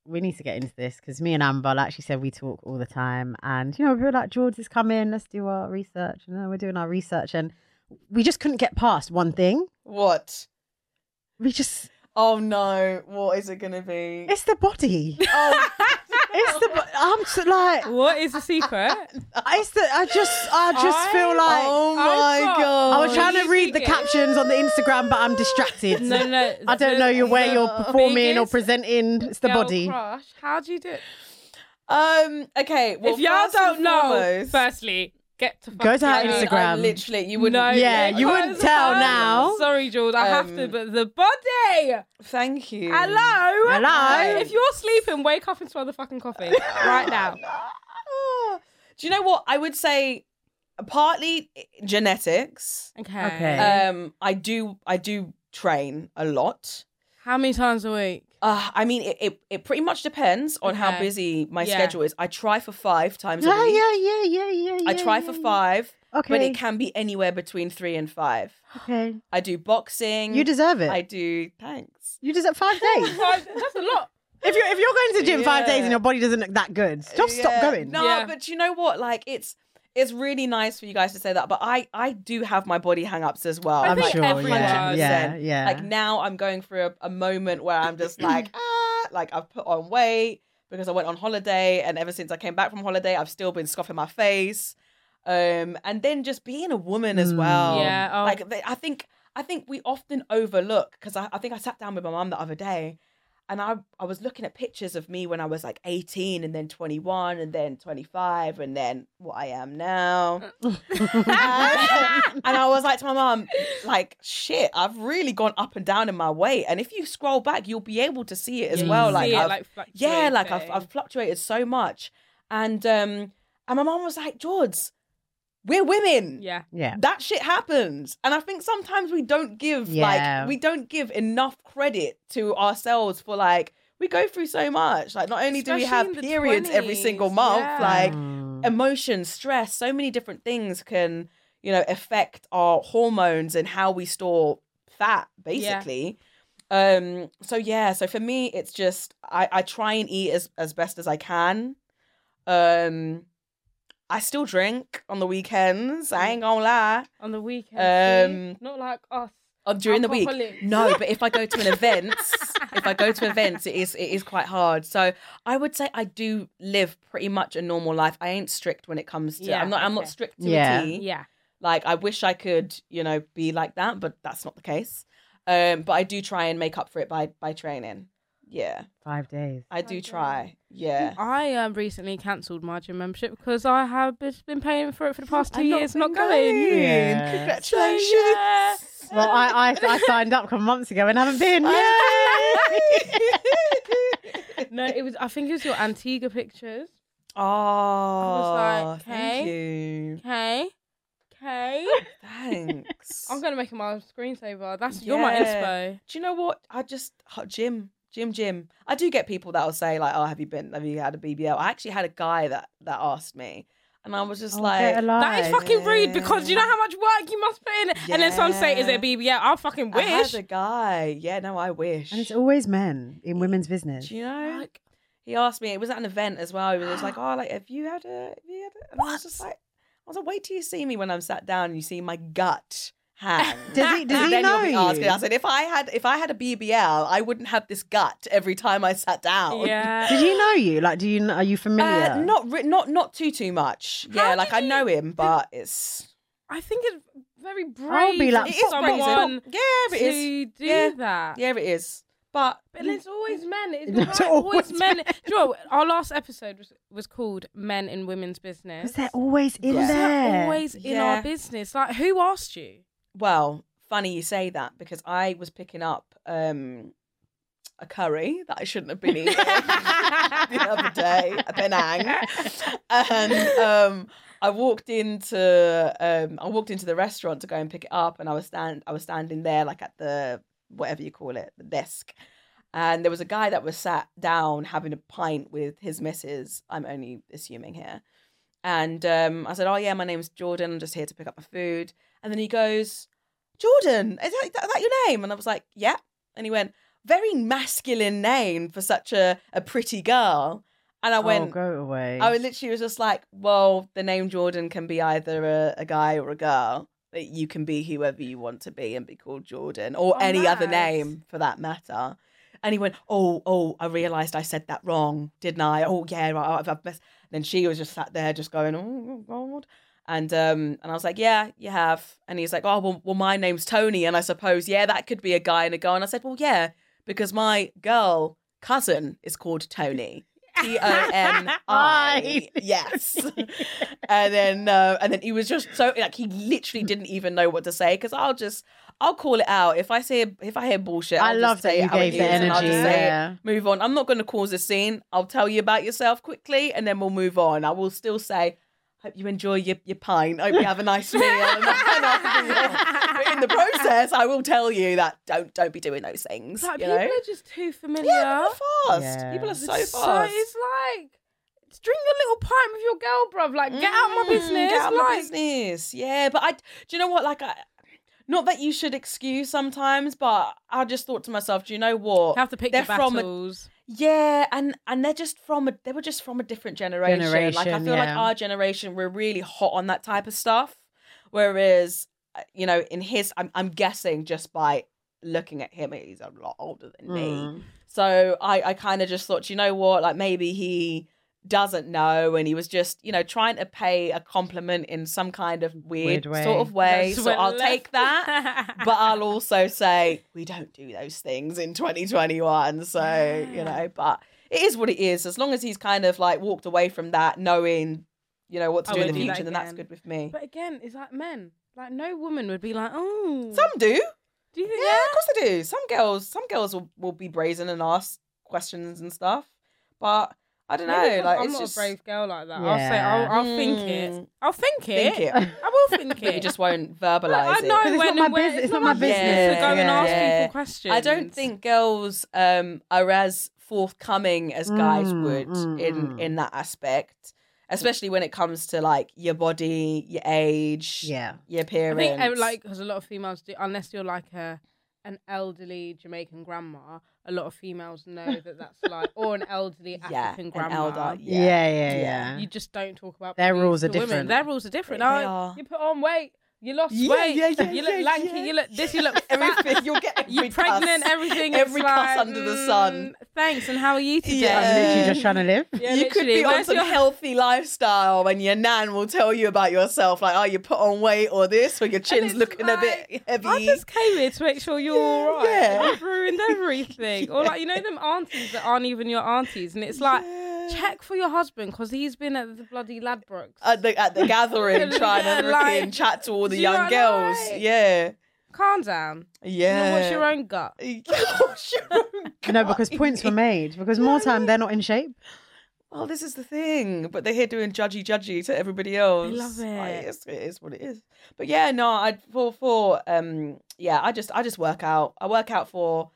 [SPEAKER 3] We need to get into this because me and Amber like she said we talk all the time, and you know we were like George is coming, let's do our research, and then we're doing our research, and we just couldn't get past one thing.
[SPEAKER 4] What?
[SPEAKER 3] We just
[SPEAKER 4] Oh no. What is it going to be?
[SPEAKER 3] it's the body.
[SPEAKER 4] Oh,
[SPEAKER 3] <laughs> It's the bo- I'm so, like
[SPEAKER 2] What is the
[SPEAKER 3] <laughs>
[SPEAKER 2] secret?
[SPEAKER 3] it's the I just I just feel like
[SPEAKER 4] oh
[SPEAKER 2] I
[SPEAKER 4] my
[SPEAKER 2] got-
[SPEAKER 4] god.
[SPEAKER 3] I was
[SPEAKER 2] oh,
[SPEAKER 3] trying to
[SPEAKER 2] you
[SPEAKER 3] read the
[SPEAKER 2] think it-
[SPEAKER 3] captions on the Instagram, but I'm distracted.
[SPEAKER 2] No, no,
[SPEAKER 3] I don't know you where you're
[SPEAKER 4] the
[SPEAKER 3] performing or
[SPEAKER 2] biggest
[SPEAKER 3] presenting. It's the
[SPEAKER 2] girl
[SPEAKER 3] body.
[SPEAKER 2] Crush. How do you do? it?
[SPEAKER 4] Um. Okay. Well,
[SPEAKER 2] if y'all
[SPEAKER 4] first
[SPEAKER 2] don't
[SPEAKER 4] and
[SPEAKER 2] know,
[SPEAKER 4] foremost-
[SPEAKER 2] firstly, get to
[SPEAKER 3] Go to her
[SPEAKER 2] fucking
[SPEAKER 4] I
[SPEAKER 2] know.
[SPEAKER 4] mean, I
[SPEAKER 3] Instagram.
[SPEAKER 4] literally, you wouldn't.
[SPEAKER 2] No,
[SPEAKER 3] Yeah, you
[SPEAKER 2] guys,
[SPEAKER 3] wouldn't tell
[SPEAKER 2] I'm
[SPEAKER 3] now.
[SPEAKER 2] Sorry, Jules, I have to,
[SPEAKER 4] Um,
[SPEAKER 2] but the body.
[SPEAKER 4] Thank you.
[SPEAKER 2] Hello.
[SPEAKER 3] Hello?
[SPEAKER 2] If you're sleeping, wake up and smell the
[SPEAKER 3] <laughs>
[SPEAKER 2] fucking coffee right now.
[SPEAKER 4] Ah. Do you know what? I would say partly genetics.
[SPEAKER 2] Okay. Uh,
[SPEAKER 3] Okay.
[SPEAKER 4] Um. I do. I do train a lot.
[SPEAKER 2] How many times a week?
[SPEAKER 4] Uh, I mean, it, it, it pretty much depends on how
[SPEAKER 2] Okay.
[SPEAKER 4] busy my
[SPEAKER 2] Yeah.
[SPEAKER 4] schedule is. I try for five times a
[SPEAKER 3] Yeah,
[SPEAKER 4] week.
[SPEAKER 3] yeah, yeah, yeah, yeah.
[SPEAKER 4] I
[SPEAKER 3] yeah,
[SPEAKER 4] try
[SPEAKER 3] yeah,
[SPEAKER 4] for
[SPEAKER 3] yeah.
[SPEAKER 4] five,
[SPEAKER 3] Okay.
[SPEAKER 4] but it can be anywhere between three and five.
[SPEAKER 3] okay.
[SPEAKER 4] I do boxing.
[SPEAKER 3] You deserve it.
[SPEAKER 4] I do. Thanks.
[SPEAKER 3] You deserve <laughs> five days.
[SPEAKER 2] Five- That's a lot.
[SPEAKER 3] If you're if you're going to the gym five days
[SPEAKER 4] Yeah.
[SPEAKER 3] and your body doesn't look that good, just stop
[SPEAKER 4] Yeah.
[SPEAKER 3] going.
[SPEAKER 4] No,
[SPEAKER 2] Yeah.
[SPEAKER 4] but you know what? Like, it's it's really nice for you guys to say that, but I I do have my body hang-ups as well.
[SPEAKER 2] I
[SPEAKER 3] I'm
[SPEAKER 2] think
[SPEAKER 3] sure.
[SPEAKER 2] everyone
[SPEAKER 3] Yeah,
[SPEAKER 2] does.
[SPEAKER 3] yeah, yeah.
[SPEAKER 4] Like now, I'm going through a, a moment where I'm just like, ah, like I've put on weight because I went on holiday, and ever since I came back from holiday, I've still been scoffing my face. Um, and then just being a woman as
[SPEAKER 3] Mm.
[SPEAKER 4] well.
[SPEAKER 2] Yeah, oh.
[SPEAKER 4] Like th- I think I think we often overlook because I, I think I sat down with my mum the other day, and I I was looking at pictures of me when I was like 18 and then 21 and then 25 and then what I am now.
[SPEAKER 2] <laughs>
[SPEAKER 4] and I was like to my mum, like, shit, I've really gone up and down in my weight. And if you scroll back, you'll be able to see it as
[SPEAKER 2] Yeah, you
[SPEAKER 3] oh,
[SPEAKER 4] well.
[SPEAKER 2] see
[SPEAKER 4] Like,
[SPEAKER 2] it,
[SPEAKER 4] I've-
[SPEAKER 2] like,
[SPEAKER 4] yeah, like I've,
[SPEAKER 2] fluctuating.
[SPEAKER 4] I've fluctuated so much. And um, and my mum was like, George, we're women.
[SPEAKER 2] yeah.
[SPEAKER 3] <laughs> yeah.
[SPEAKER 4] That shit happens. And I think sometimes we don't give
[SPEAKER 3] Yeah.
[SPEAKER 4] like we don't give enough credit to ourselves for like we go through so much. Like not only do we
[SPEAKER 2] Especially
[SPEAKER 4] have
[SPEAKER 2] in the
[SPEAKER 4] periods every
[SPEAKER 2] 20s,
[SPEAKER 4] single month,
[SPEAKER 2] yeah.
[SPEAKER 4] like
[SPEAKER 3] Mm.
[SPEAKER 4] emotion, stress, so many different things can, you know, affect our hormones and how we store fat, basically. Um, so yeah, so for me it's just I, I try and eat as, as best as I can. Um I still drink on the weekends, I ain't gonna lie.
[SPEAKER 2] On the weekend.
[SPEAKER 4] Um,
[SPEAKER 2] see? not like us.
[SPEAKER 4] Oh, during the week.
[SPEAKER 2] Alcoholics.
[SPEAKER 4] No, but if I go to an
[SPEAKER 2] <laughs>
[SPEAKER 4] event, if I go to events, it is it is quite hard. So I would say I do live pretty much a normal life. I ain't strict when it comes to.
[SPEAKER 2] Yeah,
[SPEAKER 4] I'm not. I'm
[SPEAKER 2] okay.
[SPEAKER 4] not strict to
[SPEAKER 3] Yeah.
[SPEAKER 4] a T.
[SPEAKER 2] Yeah.
[SPEAKER 4] Like I wish I could, you know, be like that, but that's not the case. Um, but I do try and make up for it by by training. Yeah,
[SPEAKER 3] Five days.
[SPEAKER 4] I do try. Yeah.
[SPEAKER 2] I um, recently cancelled my gym membership because I have just been paying for it for the past
[SPEAKER 4] <gasps>
[SPEAKER 2] two
[SPEAKER 4] I'm
[SPEAKER 2] years, not
[SPEAKER 4] been
[SPEAKER 2] going.
[SPEAKER 3] Yeah.
[SPEAKER 2] So,
[SPEAKER 4] Congratulations.
[SPEAKER 2] yeah.
[SPEAKER 3] Well, I, I I signed up a couple months ago and haven't been.
[SPEAKER 4] <laughs> Yay!
[SPEAKER 2] No, it was. I think it was your Antigua pictures.
[SPEAKER 4] oh, I
[SPEAKER 2] like, "Okay."
[SPEAKER 4] thank
[SPEAKER 2] <laughs>
[SPEAKER 4] you.
[SPEAKER 2] Okay.
[SPEAKER 4] <laughs>
[SPEAKER 2] Okay.
[SPEAKER 4] Thanks.
[SPEAKER 2] I'm gonna make it my screensaver. That's you're my
[SPEAKER 4] Yeah.
[SPEAKER 2] inspo.
[SPEAKER 4] do you know what? I just oh, Jim, Jim, Jim. I do get people that will say like, "Oh, have you been? Have you had a BBL?" I actually had a guy that that asked me, and I was
[SPEAKER 3] Oh,
[SPEAKER 4] just like,
[SPEAKER 2] That is fucking rude because you know
[SPEAKER 4] Yeah.
[SPEAKER 2] how much work you must put in it. And then some say, "Is it a
[SPEAKER 4] Yeah.
[SPEAKER 2] BBL?" I fucking
[SPEAKER 4] "I
[SPEAKER 2] wish.
[SPEAKER 4] had a guy." Yeah, no, I wish.
[SPEAKER 3] And it's always men in women's business.
[SPEAKER 4] do you know?
[SPEAKER 2] Like,
[SPEAKER 4] he asked me. It was at an event as well. He
[SPEAKER 3] <gasps>
[SPEAKER 4] was like, "Oh, like have you had a? Have you had a? And I was just like, "I was like, wait till you see me when I'm sat down. and You see my gut."
[SPEAKER 3] <laughs>
[SPEAKER 4] Hang.
[SPEAKER 3] Does he- does he
[SPEAKER 4] then
[SPEAKER 3] know
[SPEAKER 4] you'll be asking.
[SPEAKER 3] you?
[SPEAKER 4] I said, if I had if I had a BBL, I wouldn't have this gut every time I sat down.
[SPEAKER 2] yeah.
[SPEAKER 3] Did you know you? Like, do you kn- are you familiar?
[SPEAKER 4] Uh, not re- not not too too much.
[SPEAKER 2] How
[SPEAKER 4] yeah, like
[SPEAKER 2] did
[SPEAKER 4] I
[SPEAKER 2] you-
[SPEAKER 4] know him, but it's
[SPEAKER 2] I think it's very brave.
[SPEAKER 3] like,
[SPEAKER 2] of
[SPEAKER 3] It
[SPEAKER 4] it is
[SPEAKER 2] someone
[SPEAKER 4] crazy. Yeah, it
[SPEAKER 2] to
[SPEAKER 4] is.
[SPEAKER 2] do
[SPEAKER 4] Yeah.
[SPEAKER 2] that.
[SPEAKER 4] Yeah, it is. But
[SPEAKER 2] But it's always men.
[SPEAKER 4] <laughs>
[SPEAKER 2] It's
[SPEAKER 3] It's always
[SPEAKER 2] always, men. Do you know, what? our last episode was, was called "Men in Women's Business."
[SPEAKER 3] because they're always in
[SPEAKER 4] Yeah.
[SPEAKER 2] Because they're
[SPEAKER 3] there.
[SPEAKER 2] always in our
[SPEAKER 4] Yeah.
[SPEAKER 2] business. Like, who asked you?
[SPEAKER 4] <laughs>
[SPEAKER 2] <laughs>
[SPEAKER 4] well, funny you say that because I was picking up um a curry that I shouldn't
[SPEAKER 2] <laughs>
[SPEAKER 4] have been eating <laughs> the other day, a Penang, and um. I walked into um, I walked into the restaurant to go and pick it up, and I was stand I was standing there like at the whatever you call it, the desk, and there was a guy that was sat down having a pint with his missus. I'm only assuming here, and um, I said, "Oh yeah, my name's Jordan. I'm just here to pick up my food." And then he goes, "Jordan, is that, is that your name?" And I was like, "Yeah." And he went, "Very masculine name for such a a pretty girl." And I
[SPEAKER 3] Oh,
[SPEAKER 4] went,
[SPEAKER 3] go away.
[SPEAKER 4] I was literally was just like, well, the name Jordan can be either a, a guy or a girl. That you can be whoever you want to be and be called Jordan or
[SPEAKER 2] Oh,
[SPEAKER 4] any other
[SPEAKER 2] nice.
[SPEAKER 4] name for that matter. And he went, oh, oh, I realised I said that wrong, didn't I? Oh yeah, right, I've, I've messed. Then she was just sat there, just going, oh god. And um, and I was like, yeah, you have. And he's like, oh well, well, my name's Tony, and I suppose yeah, that could be a guy and a girl. And I said, well, yeah, because my girl cousin is called Tony. T O N
[SPEAKER 3] <laughs>
[SPEAKER 4] I. Yes. and then uh, and then he was just so like he literally didn't even know what to say because I'll just I'll call it out if I say if I hear bullshit.
[SPEAKER 3] I
[SPEAKER 4] I'll just
[SPEAKER 3] love
[SPEAKER 4] say
[SPEAKER 3] that you
[SPEAKER 4] it how it
[SPEAKER 3] gave the
[SPEAKER 4] is, and I'll
[SPEAKER 3] energy.
[SPEAKER 4] just say it,
[SPEAKER 3] Yeah.
[SPEAKER 4] Move on. I'm not going to cause a scene. I'll tell you about yourself quickly, and then we'll move on. I will still say. Hope you enjoy your, your pint. Hope you have a
[SPEAKER 2] <laughs>
[SPEAKER 4] nice meal. and I'll be- but in the <laughs> process, I will tell you that don't don't be doing those things.
[SPEAKER 2] Like,
[SPEAKER 4] you
[SPEAKER 2] people
[SPEAKER 4] know?
[SPEAKER 2] are just too familiar.
[SPEAKER 4] Yeah, people are fast.
[SPEAKER 3] Yeah.
[SPEAKER 4] People are so
[SPEAKER 2] It's
[SPEAKER 4] fast.
[SPEAKER 2] it's like drink a little pint with your girl, bruv. Like, get out my
[SPEAKER 4] Mm,
[SPEAKER 2] business.
[SPEAKER 4] Get out of
[SPEAKER 2] like,
[SPEAKER 4] my business. Yeah, but I. Do you know what? Like, I. Not that you should excuse sometimes, but I just thought to myself, do you know what?
[SPEAKER 2] Have to pick
[SPEAKER 4] they're
[SPEAKER 2] your
[SPEAKER 4] from a,
[SPEAKER 2] battles.
[SPEAKER 4] yeah, and and they're just from a they were just from a different generation. like I
[SPEAKER 3] Generation,
[SPEAKER 4] feel like
[SPEAKER 3] yeah.
[SPEAKER 4] our generation we're really hot on that type of stuff, whereas uh, you know in his I'm I'm guessing just by looking at him he's a lot older than me.
[SPEAKER 3] Mm.
[SPEAKER 4] So I, I kind of just thought, you know what, like maybe he doesn't know and he was just you know trying to pay a compliment in some kind of weird,
[SPEAKER 3] Weird way.
[SPEAKER 4] sort of <laughs> way
[SPEAKER 2] That's
[SPEAKER 4] so
[SPEAKER 2] what
[SPEAKER 4] i'll
[SPEAKER 2] left. <laughs>
[SPEAKER 4] take that but um, i'll also say we don't do those things in 2021 so you know but it is what it is as long as he's kind of like walked away from that knowing you know what to
[SPEAKER 2] I
[SPEAKER 4] do in the
[SPEAKER 2] wouldn't do that
[SPEAKER 4] future then that's
[SPEAKER 2] again.
[SPEAKER 4] good with me
[SPEAKER 2] But again, it's like men. Like no woman would be like, oh,
[SPEAKER 4] some do
[SPEAKER 2] do you think
[SPEAKER 4] Yeah, of course they do. Some girls, some girls will, will be brazen and ask questions and stuff, but I don't know.
[SPEAKER 2] Maybe 'cause
[SPEAKER 4] like
[SPEAKER 2] I'm
[SPEAKER 4] it's
[SPEAKER 2] not
[SPEAKER 4] just
[SPEAKER 2] a brave girl like that. I'll say,
[SPEAKER 3] Yeah.
[SPEAKER 2] I'll, I'll think
[SPEAKER 4] Mm.
[SPEAKER 2] it. I'll think it.
[SPEAKER 4] think it,
[SPEAKER 2] I will
[SPEAKER 4] <laughs>
[SPEAKER 2] think it.
[SPEAKER 4] but you just won't
[SPEAKER 2] I
[SPEAKER 4] verbalize
[SPEAKER 2] know
[SPEAKER 4] it.
[SPEAKER 3] it's not
[SPEAKER 2] when
[SPEAKER 3] my
[SPEAKER 2] and where-
[SPEAKER 3] busi- it's not my
[SPEAKER 4] business.
[SPEAKER 2] to go and
[SPEAKER 4] Yeah.
[SPEAKER 2] ask
[SPEAKER 4] Yeah.
[SPEAKER 2] people questions.
[SPEAKER 4] I don't think girls um, are as forthcoming as guys
[SPEAKER 3] Mm,
[SPEAKER 4] would
[SPEAKER 3] mm,
[SPEAKER 4] in
[SPEAKER 3] mm.
[SPEAKER 4] in that aspect, especially when it comes to like your body, your age,
[SPEAKER 3] Yeah.
[SPEAKER 4] your
[SPEAKER 2] I
[SPEAKER 4] appearance.
[SPEAKER 2] think uh,
[SPEAKER 4] <laughs>
[SPEAKER 2] like because a lot of females do, unless you're like a an elderly Jamaican grandma, a lot of females know
[SPEAKER 4] <laughs>
[SPEAKER 2] that that's like, or an elderly
[SPEAKER 4] yeah,
[SPEAKER 2] African
[SPEAKER 4] an
[SPEAKER 2] grandma.
[SPEAKER 4] elder,
[SPEAKER 3] Yeah, yeah, yeah.
[SPEAKER 4] Yeah.
[SPEAKER 2] You just don't talk about
[SPEAKER 3] Their
[SPEAKER 2] boobies
[SPEAKER 3] rules are
[SPEAKER 2] to women.
[SPEAKER 3] different.
[SPEAKER 2] Their rules are different.
[SPEAKER 4] They
[SPEAKER 2] Like,
[SPEAKER 4] are.
[SPEAKER 2] You put on weight. You lost
[SPEAKER 4] Yeah,
[SPEAKER 2] weight.
[SPEAKER 4] yeah, yeah,
[SPEAKER 2] you look
[SPEAKER 4] yeah,
[SPEAKER 2] lanky.
[SPEAKER 4] yeah.
[SPEAKER 2] You look this. You look fat.
[SPEAKER 4] <laughs> everything you'll
[SPEAKER 2] <laughs>
[SPEAKER 4] get.
[SPEAKER 2] You're
[SPEAKER 4] every
[SPEAKER 2] pregnant.
[SPEAKER 4] cuss.
[SPEAKER 2] Everything. It's
[SPEAKER 4] every cuss
[SPEAKER 2] like,
[SPEAKER 4] under the sun.
[SPEAKER 2] mm, Thanks. And how are you today?
[SPEAKER 4] Yeah.
[SPEAKER 3] I'm literally just
[SPEAKER 4] <laughs>
[SPEAKER 3] trying to live.
[SPEAKER 2] Yeah,
[SPEAKER 4] you could
[SPEAKER 2] literally.
[SPEAKER 4] be on
[SPEAKER 2] Where's
[SPEAKER 4] some
[SPEAKER 2] your- <laughs>
[SPEAKER 4] healthy lifestyle and your nan will tell you about yourself, like, oh, you put on weight or this, or your chin's
[SPEAKER 2] it's
[SPEAKER 4] looking a bit
[SPEAKER 2] like,
[SPEAKER 4] heavy.
[SPEAKER 2] I just came here to make sure you're all right.
[SPEAKER 4] yeah.
[SPEAKER 2] and You've ruined
[SPEAKER 4] <laughs>
[SPEAKER 2] everything. Or like you know them aunties that aren't even your aunties, and it's like check for your husband because he's been at the bloody Ladbrokes.
[SPEAKER 4] At Uh, the,
[SPEAKER 2] <laughs>
[SPEAKER 4] at the gathering, trying to look
[SPEAKER 2] Like,
[SPEAKER 4] in, chat to all the
[SPEAKER 2] do you
[SPEAKER 4] young
[SPEAKER 2] know,
[SPEAKER 4] girls.
[SPEAKER 2] like-
[SPEAKER 4] Yeah.
[SPEAKER 2] Calm down. You
[SPEAKER 4] Yeah.
[SPEAKER 2] know, Watch your own
[SPEAKER 4] <laughs>
[SPEAKER 2] gut.
[SPEAKER 4] What's your own
[SPEAKER 3] No,
[SPEAKER 4] gut?
[SPEAKER 3] because points were made. Because more time they're not in shape.
[SPEAKER 4] Oh, this is the thing. But they're here doing judgy judgy to everybody else.
[SPEAKER 2] love
[SPEAKER 4] Like,
[SPEAKER 2] it.
[SPEAKER 4] it's, it is what it is. But yeah, no, I for for um yeah, I just I just work out. I work out for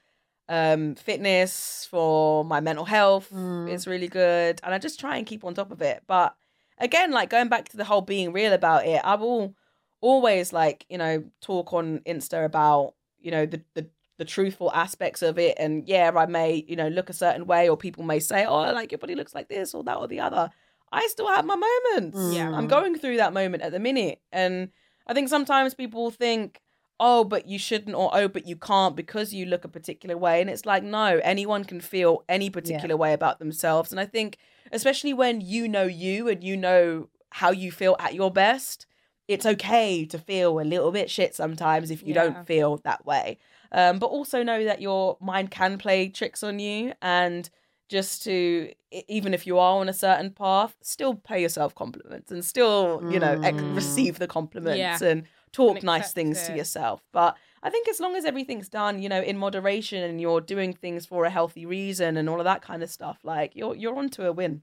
[SPEAKER 4] um fitness, for my mental health.
[SPEAKER 3] Mm.
[SPEAKER 4] It's really good. And I just try and keep on top of it. But again, like going back to the whole being real about it, I will always like, you know, talk on Insta about, you know, the the the truthful aspects of it and yeah i may you know look a certain way or people may say oh like your body looks like this or that or the other i still have my moments
[SPEAKER 3] Yeah.
[SPEAKER 4] i'm going through that moment at the minute and i think sometimes people think oh but you shouldn't or oh but you can't because you look a particular way and it's like no anyone can feel any particular way about themselves and i think especially when you know you and you know how you feel at your best it's okay to feel a little bit shit sometimes if you
[SPEAKER 2] Yeah.
[SPEAKER 4] don't feel that way um, but also know that your mind can play tricks on you and just to e- even if you are on a certain path still pay yourself compliments and still you know ex-
[SPEAKER 3] Mm.
[SPEAKER 4] receive the compliments
[SPEAKER 2] Yeah.
[SPEAKER 4] and talk
[SPEAKER 2] And
[SPEAKER 4] nice
[SPEAKER 2] accept
[SPEAKER 4] things to
[SPEAKER 2] it.
[SPEAKER 4] yourself but i think as long as everything's done you know in moderation and you're doing things for a healthy reason and all of that kind of stuff like you're you're onto a win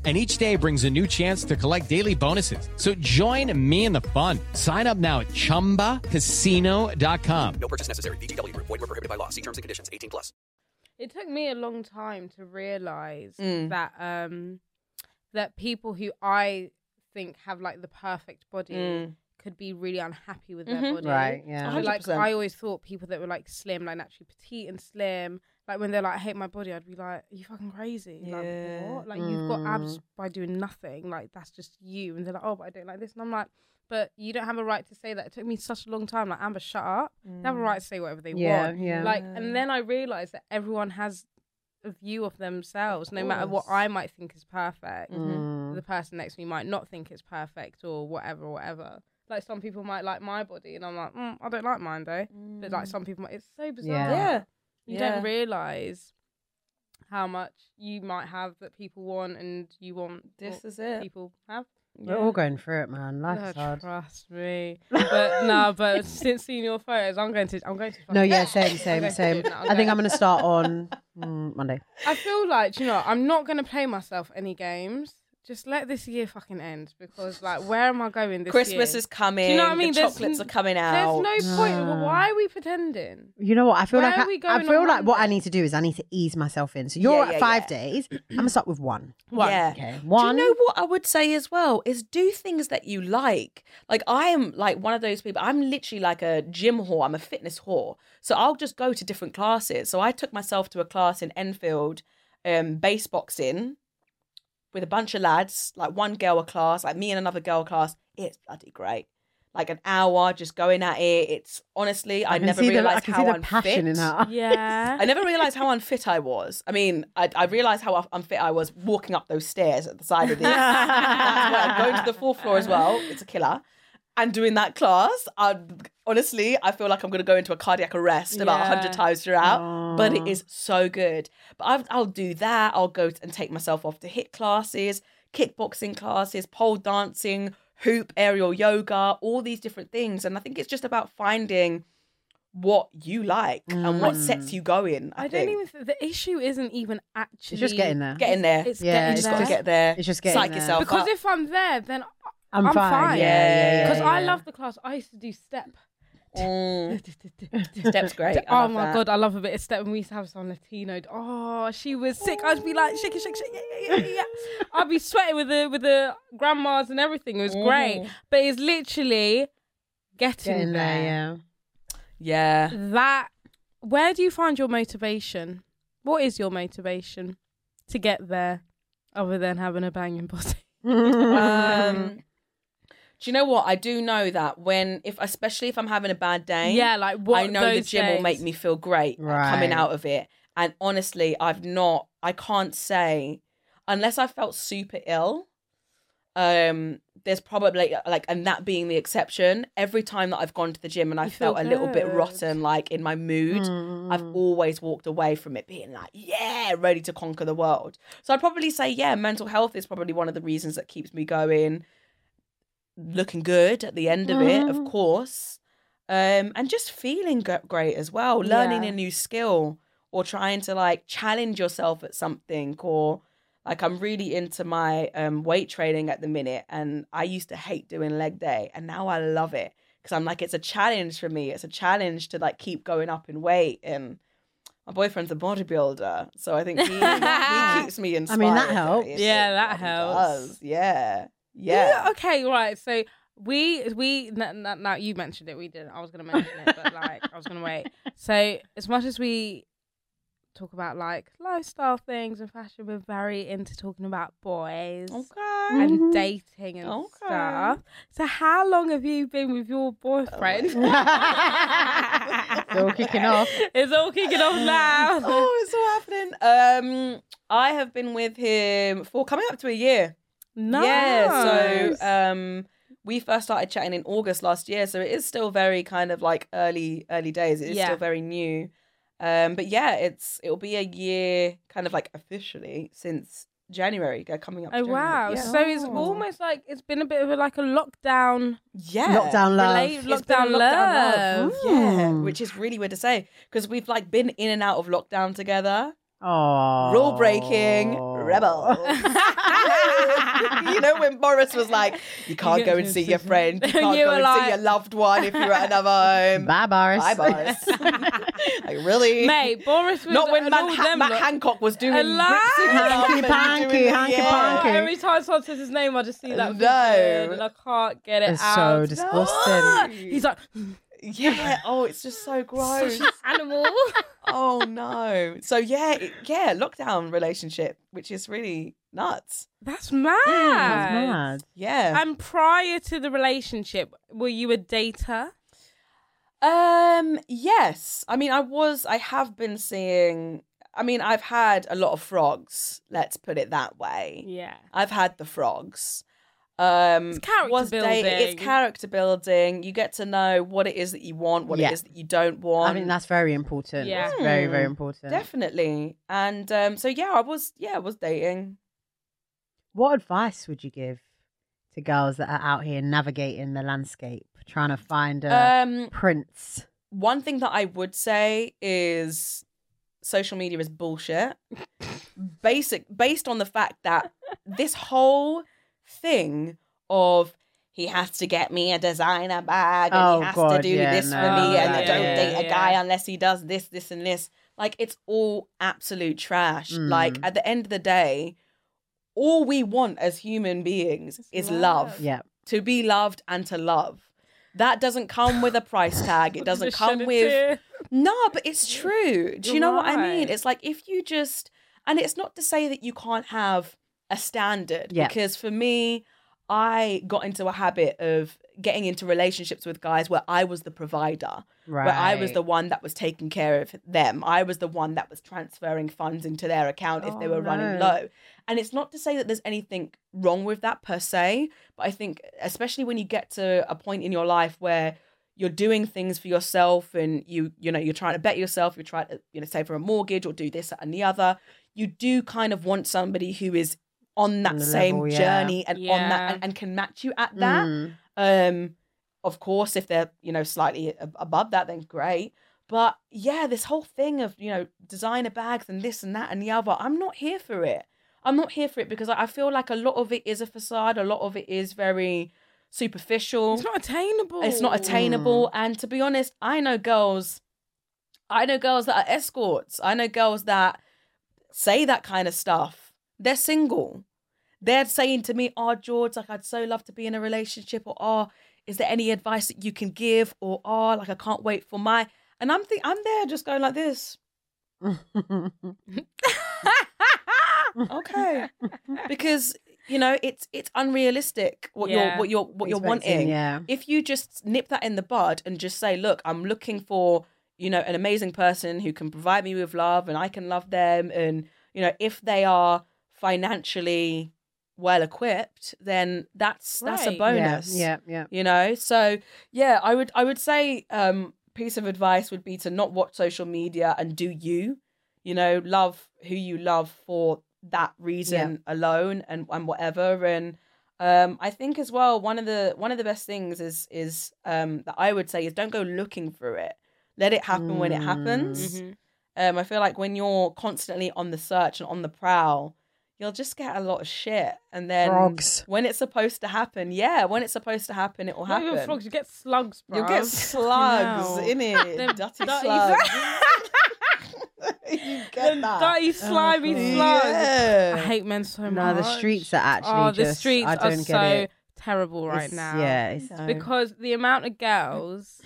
[SPEAKER 1] and each day brings a new chance to collect daily bonuses. So join me in the fun. Sign up now at ChumbaCasino.com.
[SPEAKER 5] No purchase necessary. VGW Group. Void were prohibited by law. See terms and conditions. 18 plus.
[SPEAKER 2] It took me a long time to realize
[SPEAKER 4] Mm.
[SPEAKER 2] that um that people who I think have like the perfect body
[SPEAKER 4] Mm.
[SPEAKER 2] could be really unhappy with
[SPEAKER 4] Mhm.
[SPEAKER 2] their body.
[SPEAKER 3] Right, yeah.
[SPEAKER 2] So, like
[SPEAKER 4] 100%.
[SPEAKER 2] I always thought people that were like slim, like naturally petite and slim, like when they're like, I hate my body, I'd be like, Are you fucking crazy? Like
[SPEAKER 4] Yeah.
[SPEAKER 2] what? Like you've got abs
[SPEAKER 3] Mm.
[SPEAKER 2] by doing nothing. Like that's just you. And they're like, Oh, but I don't like this. And I'm like, But you don't have a right to say that. It took me such a long time. Like, Amber, shut up. They
[SPEAKER 4] Mm.
[SPEAKER 2] have a right to say whatever they
[SPEAKER 3] Yeah,
[SPEAKER 2] want.
[SPEAKER 3] yeah.
[SPEAKER 2] Like and then I realised that everyone has a view of themselves, no matter what
[SPEAKER 4] course.
[SPEAKER 2] I might think is perfect
[SPEAKER 3] Mm.
[SPEAKER 4] mm-hmm.
[SPEAKER 2] the person next to me might not think it's perfect or whatever, whatever. Like some people might like my body, and I'm like, mm, I don't like mine though. But like some people, might, it's so bizarre.
[SPEAKER 3] Yeah.
[SPEAKER 4] Mm. yeah
[SPEAKER 2] Mm. You
[SPEAKER 4] Yeah.
[SPEAKER 2] don't realize how much you might have that people want, and you want
[SPEAKER 4] This
[SPEAKER 2] what
[SPEAKER 4] is it.
[SPEAKER 2] People have.
[SPEAKER 3] We're all going through it, man. Life
[SPEAKER 4] Oh,
[SPEAKER 3] is
[SPEAKER 2] No,
[SPEAKER 3] hard.
[SPEAKER 2] trust me. <laughs>
[SPEAKER 3] <laughs>
[SPEAKER 2] But no, but since seeing your photos, I'm going to. I'm going to.
[SPEAKER 3] No,
[SPEAKER 2] fucking-
[SPEAKER 4] <laughs>
[SPEAKER 3] yeah, same,
[SPEAKER 2] I'm
[SPEAKER 3] same,
[SPEAKER 2] going to
[SPEAKER 3] same.
[SPEAKER 2] do it
[SPEAKER 3] I
[SPEAKER 2] now,
[SPEAKER 3] think
[SPEAKER 2] okay?
[SPEAKER 3] I'm going to start on mm, Monday.
[SPEAKER 2] I feel like do you know, I'm not going to play myself any games just let this year fucking end because like where am I going this year?
[SPEAKER 4] Christmas is coming.
[SPEAKER 2] Do you know what I mean?
[SPEAKER 4] The
[SPEAKER 2] There's
[SPEAKER 4] chocolates
[SPEAKER 2] n-
[SPEAKER 4] are coming out.
[SPEAKER 2] There's no point.
[SPEAKER 3] No.
[SPEAKER 2] Why are we pretending?
[SPEAKER 3] You know what? I feel
[SPEAKER 2] Where
[SPEAKER 3] like
[SPEAKER 2] are
[SPEAKER 3] I,
[SPEAKER 2] we
[SPEAKER 3] I
[SPEAKER 2] going
[SPEAKER 3] feel
[SPEAKER 2] on
[SPEAKER 3] like what I
[SPEAKER 2] Monday?
[SPEAKER 3] need to do is I need to ease myself in. So you're
[SPEAKER 4] Yeah,
[SPEAKER 3] at
[SPEAKER 4] yeah,
[SPEAKER 3] five
[SPEAKER 4] yeah. <clears throat>
[SPEAKER 3] days. I'm gonna start with one.
[SPEAKER 4] Yeah.
[SPEAKER 3] Okay, one.
[SPEAKER 4] Do you know what I would say as well is do things that you like. Like I am like one of those people. I'm literally like a gym whore. I'm a fitness whore. So I'll just go to different classes. So I took myself to a class in Enfield, um, base boxing, with a bunch of lads. Like one girl a class, like me and another girl a class. It's bloody great. Like an hour just going at it. It's honestly, I,
[SPEAKER 3] can
[SPEAKER 4] never
[SPEAKER 3] see the- I
[SPEAKER 4] realized
[SPEAKER 3] can
[SPEAKER 4] how
[SPEAKER 3] see the
[SPEAKER 4] unfit.
[SPEAKER 3] passion in her. eyes.
[SPEAKER 2] <laughs> Yeah.
[SPEAKER 4] I never realized how unfit I was. I mean, I, I realized how unfit I was walking up those stairs at the
[SPEAKER 2] <laughs>
[SPEAKER 4] side of this. That's why going to the fourth floor as well. It's a killer. And doing that class, I, honestly, I feel like I'm going to go into a cardiac arrest about about
[SPEAKER 2] Yeah.
[SPEAKER 4] 100 times throughout. But it is so good. But I've, I'll do that. I'll go and take myself off to hit classes, kickboxing classes, pole dancing, hoop, aerial yoga, all these different things. And I think it's just about finding what you like and what
[SPEAKER 2] Mm.
[SPEAKER 4] sets you going. I,
[SPEAKER 2] I don't
[SPEAKER 4] think.
[SPEAKER 2] even. Th- the issue isn't even actually.
[SPEAKER 3] It's just getting there.
[SPEAKER 4] Get in there.
[SPEAKER 2] It's
[SPEAKER 3] Yeah,
[SPEAKER 2] getting
[SPEAKER 3] it's
[SPEAKER 4] just
[SPEAKER 2] there.
[SPEAKER 4] got to get there.
[SPEAKER 3] It's just getting
[SPEAKER 4] Psych
[SPEAKER 3] there.
[SPEAKER 4] yourself
[SPEAKER 2] because
[SPEAKER 4] up.
[SPEAKER 2] if I'm there, then
[SPEAKER 3] I'm,
[SPEAKER 2] I'm
[SPEAKER 3] fine.
[SPEAKER 2] fine.
[SPEAKER 3] Yeah, yeah, yeah.
[SPEAKER 2] because I
[SPEAKER 3] yeah.
[SPEAKER 2] love the class. I used to do step.
[SPEAKER 3] <laughs>
[SPEAKER 2] <laughs>
[SPEAKER 4] Mm,
[SPEAKER 2] oh
[SPEAKER 4] step's great. I love
[SPEAKER 2] my
[SPEAKER 4] that.
[SPEAKER 2] god, I love a bit of step. And we used to have some Latino. Oh, she was sick. I'd be like shake it, shake, shake, yeah, yeah, yeah, yeah. yeah. I'd be sweating with the with the grandmas and everything. It was great, but it's literally getting,
[SPEAKER 3] Mm-hmm. Getting there, yeah.
[SPEAKER 4] Yeah.
[SPEAKER 2] That where do you find your motivation? What is your motivation to get there, other than having a banging body?
[SPEAKER 4] Um, <laughs> do you know what? I do know that when, if especially if I'm having a bad day,
[SPEAKER 2] Yeah, like what
[SPEAKER 4] I know the
[SPEAKER 2] those
[SPEAKER 4] gym will
[SPEAKER 2] days-
[SPEAKER 4] make me feel great coming
[SPEAKER 3] Right.
[SPEAKER 4] out of it. And honestly, I've not. I can't say unless I felt super ill. Um, there's probably like, and that being the exception. Every time that I've gone to the gym and I
[SPEAKER 2] feel
[SPEAKER 4] felt a little bit
[SPEAKER 2] good.
[SPEAKER 4] rotten, like in my mood, I've always walked away from it being like, yeah, ready to conquer the world. So I'd probably say, yeah, mental health is probably one of the reasons that keeps me going, looking good at the end of it, of course, um, and just feeling g- great as well, learning
[SPEAKER 2] Yeah.
[SPEAKER 4] a new skill or trying to like challenge yourself at something or like I'm really into my um, weight training at the minute, and I used to hate doing leg day, and now I love it because I'm like, it's a challenge for me. It's a challenge to like keep going up in weight, and my boyfriend's a bodybuilder, so I think he, he keeps me inspired.
[SPEAKER 3] that helps.
[SPEAKER 4] It
[SPEAKER 2] Yeah, that
[SPEAKER 4] bloody
[SPEAKER 2] helps.
[SPEAKER 4] does. Yeah, yeah.
[SPEAKER 2] <laughs> Okay, right. So we we now no, no, you mentioned it. We didn't. I was gonna mention it, but like I was gonna wait. So as much as we talk about like lifestyle things and fashion, we're very into talking about boys
[SPEAKER 4] Okay.
[SPEAKER 2] and dating and
[SPEAKER 4] Mm-hmm. Okay.
[SPEAKER 2] stuff. So how long have you been with your
[SPEAKER 4] <laughs>
[SPEAKER 2] boyfriend?
[SPEAKER 3] It's all kicking off.
[SPEAKER 2] it's all kicking off now.
[SPEAKER 4] <laughs> Oh, it's all happening. Um, I have been with him for coming up to a year.
[SPEAKER 2] Nice.
[SPEAKER 4] Yeah.
[SPEAKER 2] uh, oh,
[SPEAKER 4] So um, we first started chatting in August last year, so it is still very kind of like early, early days. It is
[SPEAKER 2] Yeah.
[SPEAKER 4] still very new. Um, but yeah, it's it'll be a year kind of like officially since January go- coming up. to
[SPEAKER 2] Oh
[SPEAKER 4] January.
[SPEAKER 2] wow!
[SPEAKER 4] Yeah.
[SPEAKER 2] So it's almost like it's been a bit of a, like a
[SPEAKER 4] <laughs>
[SPEAKER 2] lockdown,
[SPEAKER 4] yeah.
[SPEAKER 3] Lockdown love.
[SPEAKER 2] relate,
[SPEAKER 4] It's been a
[SPEAKER 2] lockdown love.
[SPEAKER 4] Yeah,
[SPEAKER 3] Mm.
[SPEAKER 4] which is really weird to say because we've like been in and out of lockdown together.
[SPEAKER 3] Oh.
[SPEAKER 4] Rule breaking
[SPEAKER 3] <laughs>
[SPEAKER 4] rebels. <laughs> you know when Boris was like, "You can't go and see your friend.
[SPEAKER 2] <laughs>
[SPEAKER 4] You can't
[SPEAKER 2] You
[SPEAKER 4] go
[SPEAKER 2] were
[SPEAKER 4] and see
[SPEAKER 2] like-
[SPEAKER 4] your loved one if you're at another home."
[SPEAKER 3] Bye, Boris.
[SPEAKER 4] Bye, Boris. like really,
[SPEAKER 2] Mate, Boris was
[SPEAKER 4] Not when
[SPEAKER 2] and
[SPEAKER 4] Matt,
[SPEAKER 2] all
[SPEAKER 4] Ha-
[SPEAKER 2] them
[SPEAKER 4] Matt
[SPEAKER 2] lot-
[SPEAKER 4] Hancock was doing
[SPEAKER 2] Alive.
[SPEAKER 3] Hanky panky, hanky
[SPEAKER 2] Oh,
[SPEAKER 3] panky.
[SPEAKER 2] every time someone says his name, I just see that.
[SPEAKER 4] No.
[SPEAKER 2] vision and I can't get
[SPEAKER 3] <laughs>
[SPEAKER 2] it
[SPEAKER 3] It's
[SPEAKER 2] out.
[SPEAKER 3] so
[SPEAKER 2] Ah!
[SPEAKER 3] disgusting.
[SPEAKER 2] He's like
[SPEAKER 4] Yeah. Oh, it's just so gross. <laughs>
[SPEAKER 2] animal.
[SPEAKER 4] oh no. So yeah, it, yeah, lockdown relationship, which is really nuts.
[SPEAKER 2] That's mad.
[SPEAKER 3] That's mad.
[SPEAKER 4] Yeah.
[SPEAKER 2] And prior to the relationship, were you a dater?
[SPEAKER 4] Um, yes. I mean, I was, I have been seeing, I mean, I've had a lot of frogs, let's put it that way.
[SPEAKER 2] Yeah.
[SPEAKER 4] I've had the frogs. Um,
[SPEAKER 2] It's character
[SPEAKER 4] was dating-
[SPEAKER 2] building.
[SPEAKER 4] It's character building. You get to know what it is that you want, what
[SPEAKER 3] Yeah.
[SPEAKER 4] it is that you don't want.
[SPEAKER 3] I think that's very important.
[SPEAKER 2] Yeah.
[SPEAKER 3] It's very, very
[SPEAKER 4] Hmm.
[SPEAKER 3] important.
[SPEAKER 4] definitely. And um, so yeah, I was, yeah, I was dating.
[SPEAKER 3] What advice would you give to girls that are out here navigating the landscape, trying to find a
[SPEAKER 4] Um,
[SPEAKER 3] prince?
[SPEAKER 4] one thing that I would say is social media is bullshit. Basic, based on the fact that this whole thing of he has to get me a designer bag and
[SPEAKER 3] Oh,
[SPEAKER 4] he has
[SPEAKER 3] God,
[SPEAKER 4] to do
[SPEAKER 3] yeah,
[SPEAKER 4] this
[SPEAKER 3] no,
[SPEAKER 4] for me and
[SPEAKER 2] yeah,
[SPEAKER 4] I don't
[SPEAKER 2] yeah,
[SPEAKER 4] date a
[SPEAKER 2] yeah.
[SPEAKER 4] guy unless he does this, this, and this. Like it's all absolute trash. Like
[SPEAKER 3] Mm.
[SPEAKER 4] at the end of the day, all we want as human beings
[SPEAKER 2] It's
[SPEAKER 4] is
[SPEAKER 2] love.
[SPEAKER 4] love.
[SPEAKER 3] Yeah.
[SPEAKER 4] To be loved and to love. That doesn't come with a price tag. It
[SPEAKER 2] <laughs>
[SPEAKER 4] doesn't
[SPEAKER 2] Just shed
[SPEAKER 4] come
[SPEAKER 2] a
[SPEAKER 4] with
[SPEAKER 2] tear.
[SPEAKER 4] no, but it's true. Do you
[SPEAKER 2] You're
[SPEAKER 4] know what I mean?
[SPEAKER 2] right.
[SPEAKER 4] It's like if you just, and it's not to say that you can't have a standard.
[SPEAKER 3] Yeah.
[SPEAKER 4] Because for me, I got into a habit of getting into relationships with guys where I was the provider,
[SPEAKER 3] Right.
[SPEAKER 4] where I was the
[SPEAKER 2] Right.
[SPEAKER 4] one that was taking care of them. I was the one that was transferring funds into their account if they
[SPEAKER 3] Oh,
[SPEAKER 4] were
[SPEAKER 3] no.
[SPEAKER 4] running low. And it's not to say that there's anything wrong with that per se, but I think, especially when you get to a point in your life where you're doing things for yourself and you you know you're trying to bet yourself you're trying to you know save for a mortgage or do this that, and the other you do kind of want somebody who is on that
[SPEAKER 3] the
[SPEAKER 4] same
[SPEAKER 3] level, yeah.
[SPEAKER 4] journey and on that
[SPEAKER 2] Yeah.
[SPEAKER 4] and, and can match you at that
[SPEAKER 3] Mm.
[SPEAKER 4] um, of course, if they're you know slightly a- above that, then great. But yeah, this whole thing of you know designer bags and this and that and the other, I'm not here for it. I'm not here for it because I I feel like a lot of it is a facade. A lot of it is very superficial.
[SPEAKER 2] <laughs> It's not attainable.
[SPEAKER 4] It's not attainable. And to be honest, I know girls. I know girls that are escorts. I know girls that say that kind of stuff. They're single. They're saying to me, "Oh, George, like I'd so love to be in a relationship," or "Oh, is there any advice that you can give?" Or "Oh, like I can't wait for my." And I'm think I'm there just going like this. Okay, because you know it's it's unrealistic what you're
[SPEAKER 2] Yeah.
[SPEAKER 4] what you're what you're
[SPEAKER 3] Expecting,
[SPEAKER 4] wanting
[SPEAKER 3] Yeah.
[SPEAKER 4] if you just nip that in the bud and just say, look, I'm looking for, you know, an amazing person who can provide me with love and I can love them. And, you know, if they are financially well equipped, then that's that's a
[SPEAKER 2] Right.
[SPEAKER 3] Yeah,
[SPEAKER 4] bonus.
[SPEAKER 3] Yeah. Yeah.
[SPEAKER 4] You know? So yeah, I would I would say um piece of advice would be to not watch social media and do you. You know, love who you love for that reason alone and, and whatever. And um, I think as well one of the one of the best things is is um, that I would say is don't go looking for it. Let it happen when it happens.
[SPEAKER 2] Mhm.
[SPEAKER 4] Um, I feel like when you're constantly on the search and on the prowl, you'll just get a lot of shit. And then
[SPEAKER 3] Frogs.
[SPEAKER 4] when it's supposed to happen, yeah, when it's supposed to happen, it will
[SPEAKER 2] Not
[SPEAKER 4] happen.
[SPEAKER 2] even frogs. You get slugs, bro.
[SPEAKER 4] You'll get slugs in
[SPEAKER 2] Them
[SPEAKER 4] it,
[SPEAKER 2] dirty <laughs>
[SPEAKER 4] dirty slugs. you get that. Oh,
[SPEAKER 2] Dirty, slimy slugs. I
[SPEAKER 4] Yeah.
[SPEAKER 2] hate men so
[SPEAKER 3] No,
[SPEAKER 2] much.
[SPEAKER 3] the streets are actually
[SPEAKER 2] Oh, the
[SPEAKER 3] just.
[SPEAKER 2] streets
[SPEAKER 3] I don't
[SPEAKER 2] are
[SPEAKER 3] get
[SPEAKER 2] so
[SPEAKER 3] it.
[SPEAKER 2] terrible right
[SPEAKER 3] It's-
[SPEAKER 2] now.
[SPEAKER 3] Yeah. It's,
[SPEAKER 2] Because the amount of girls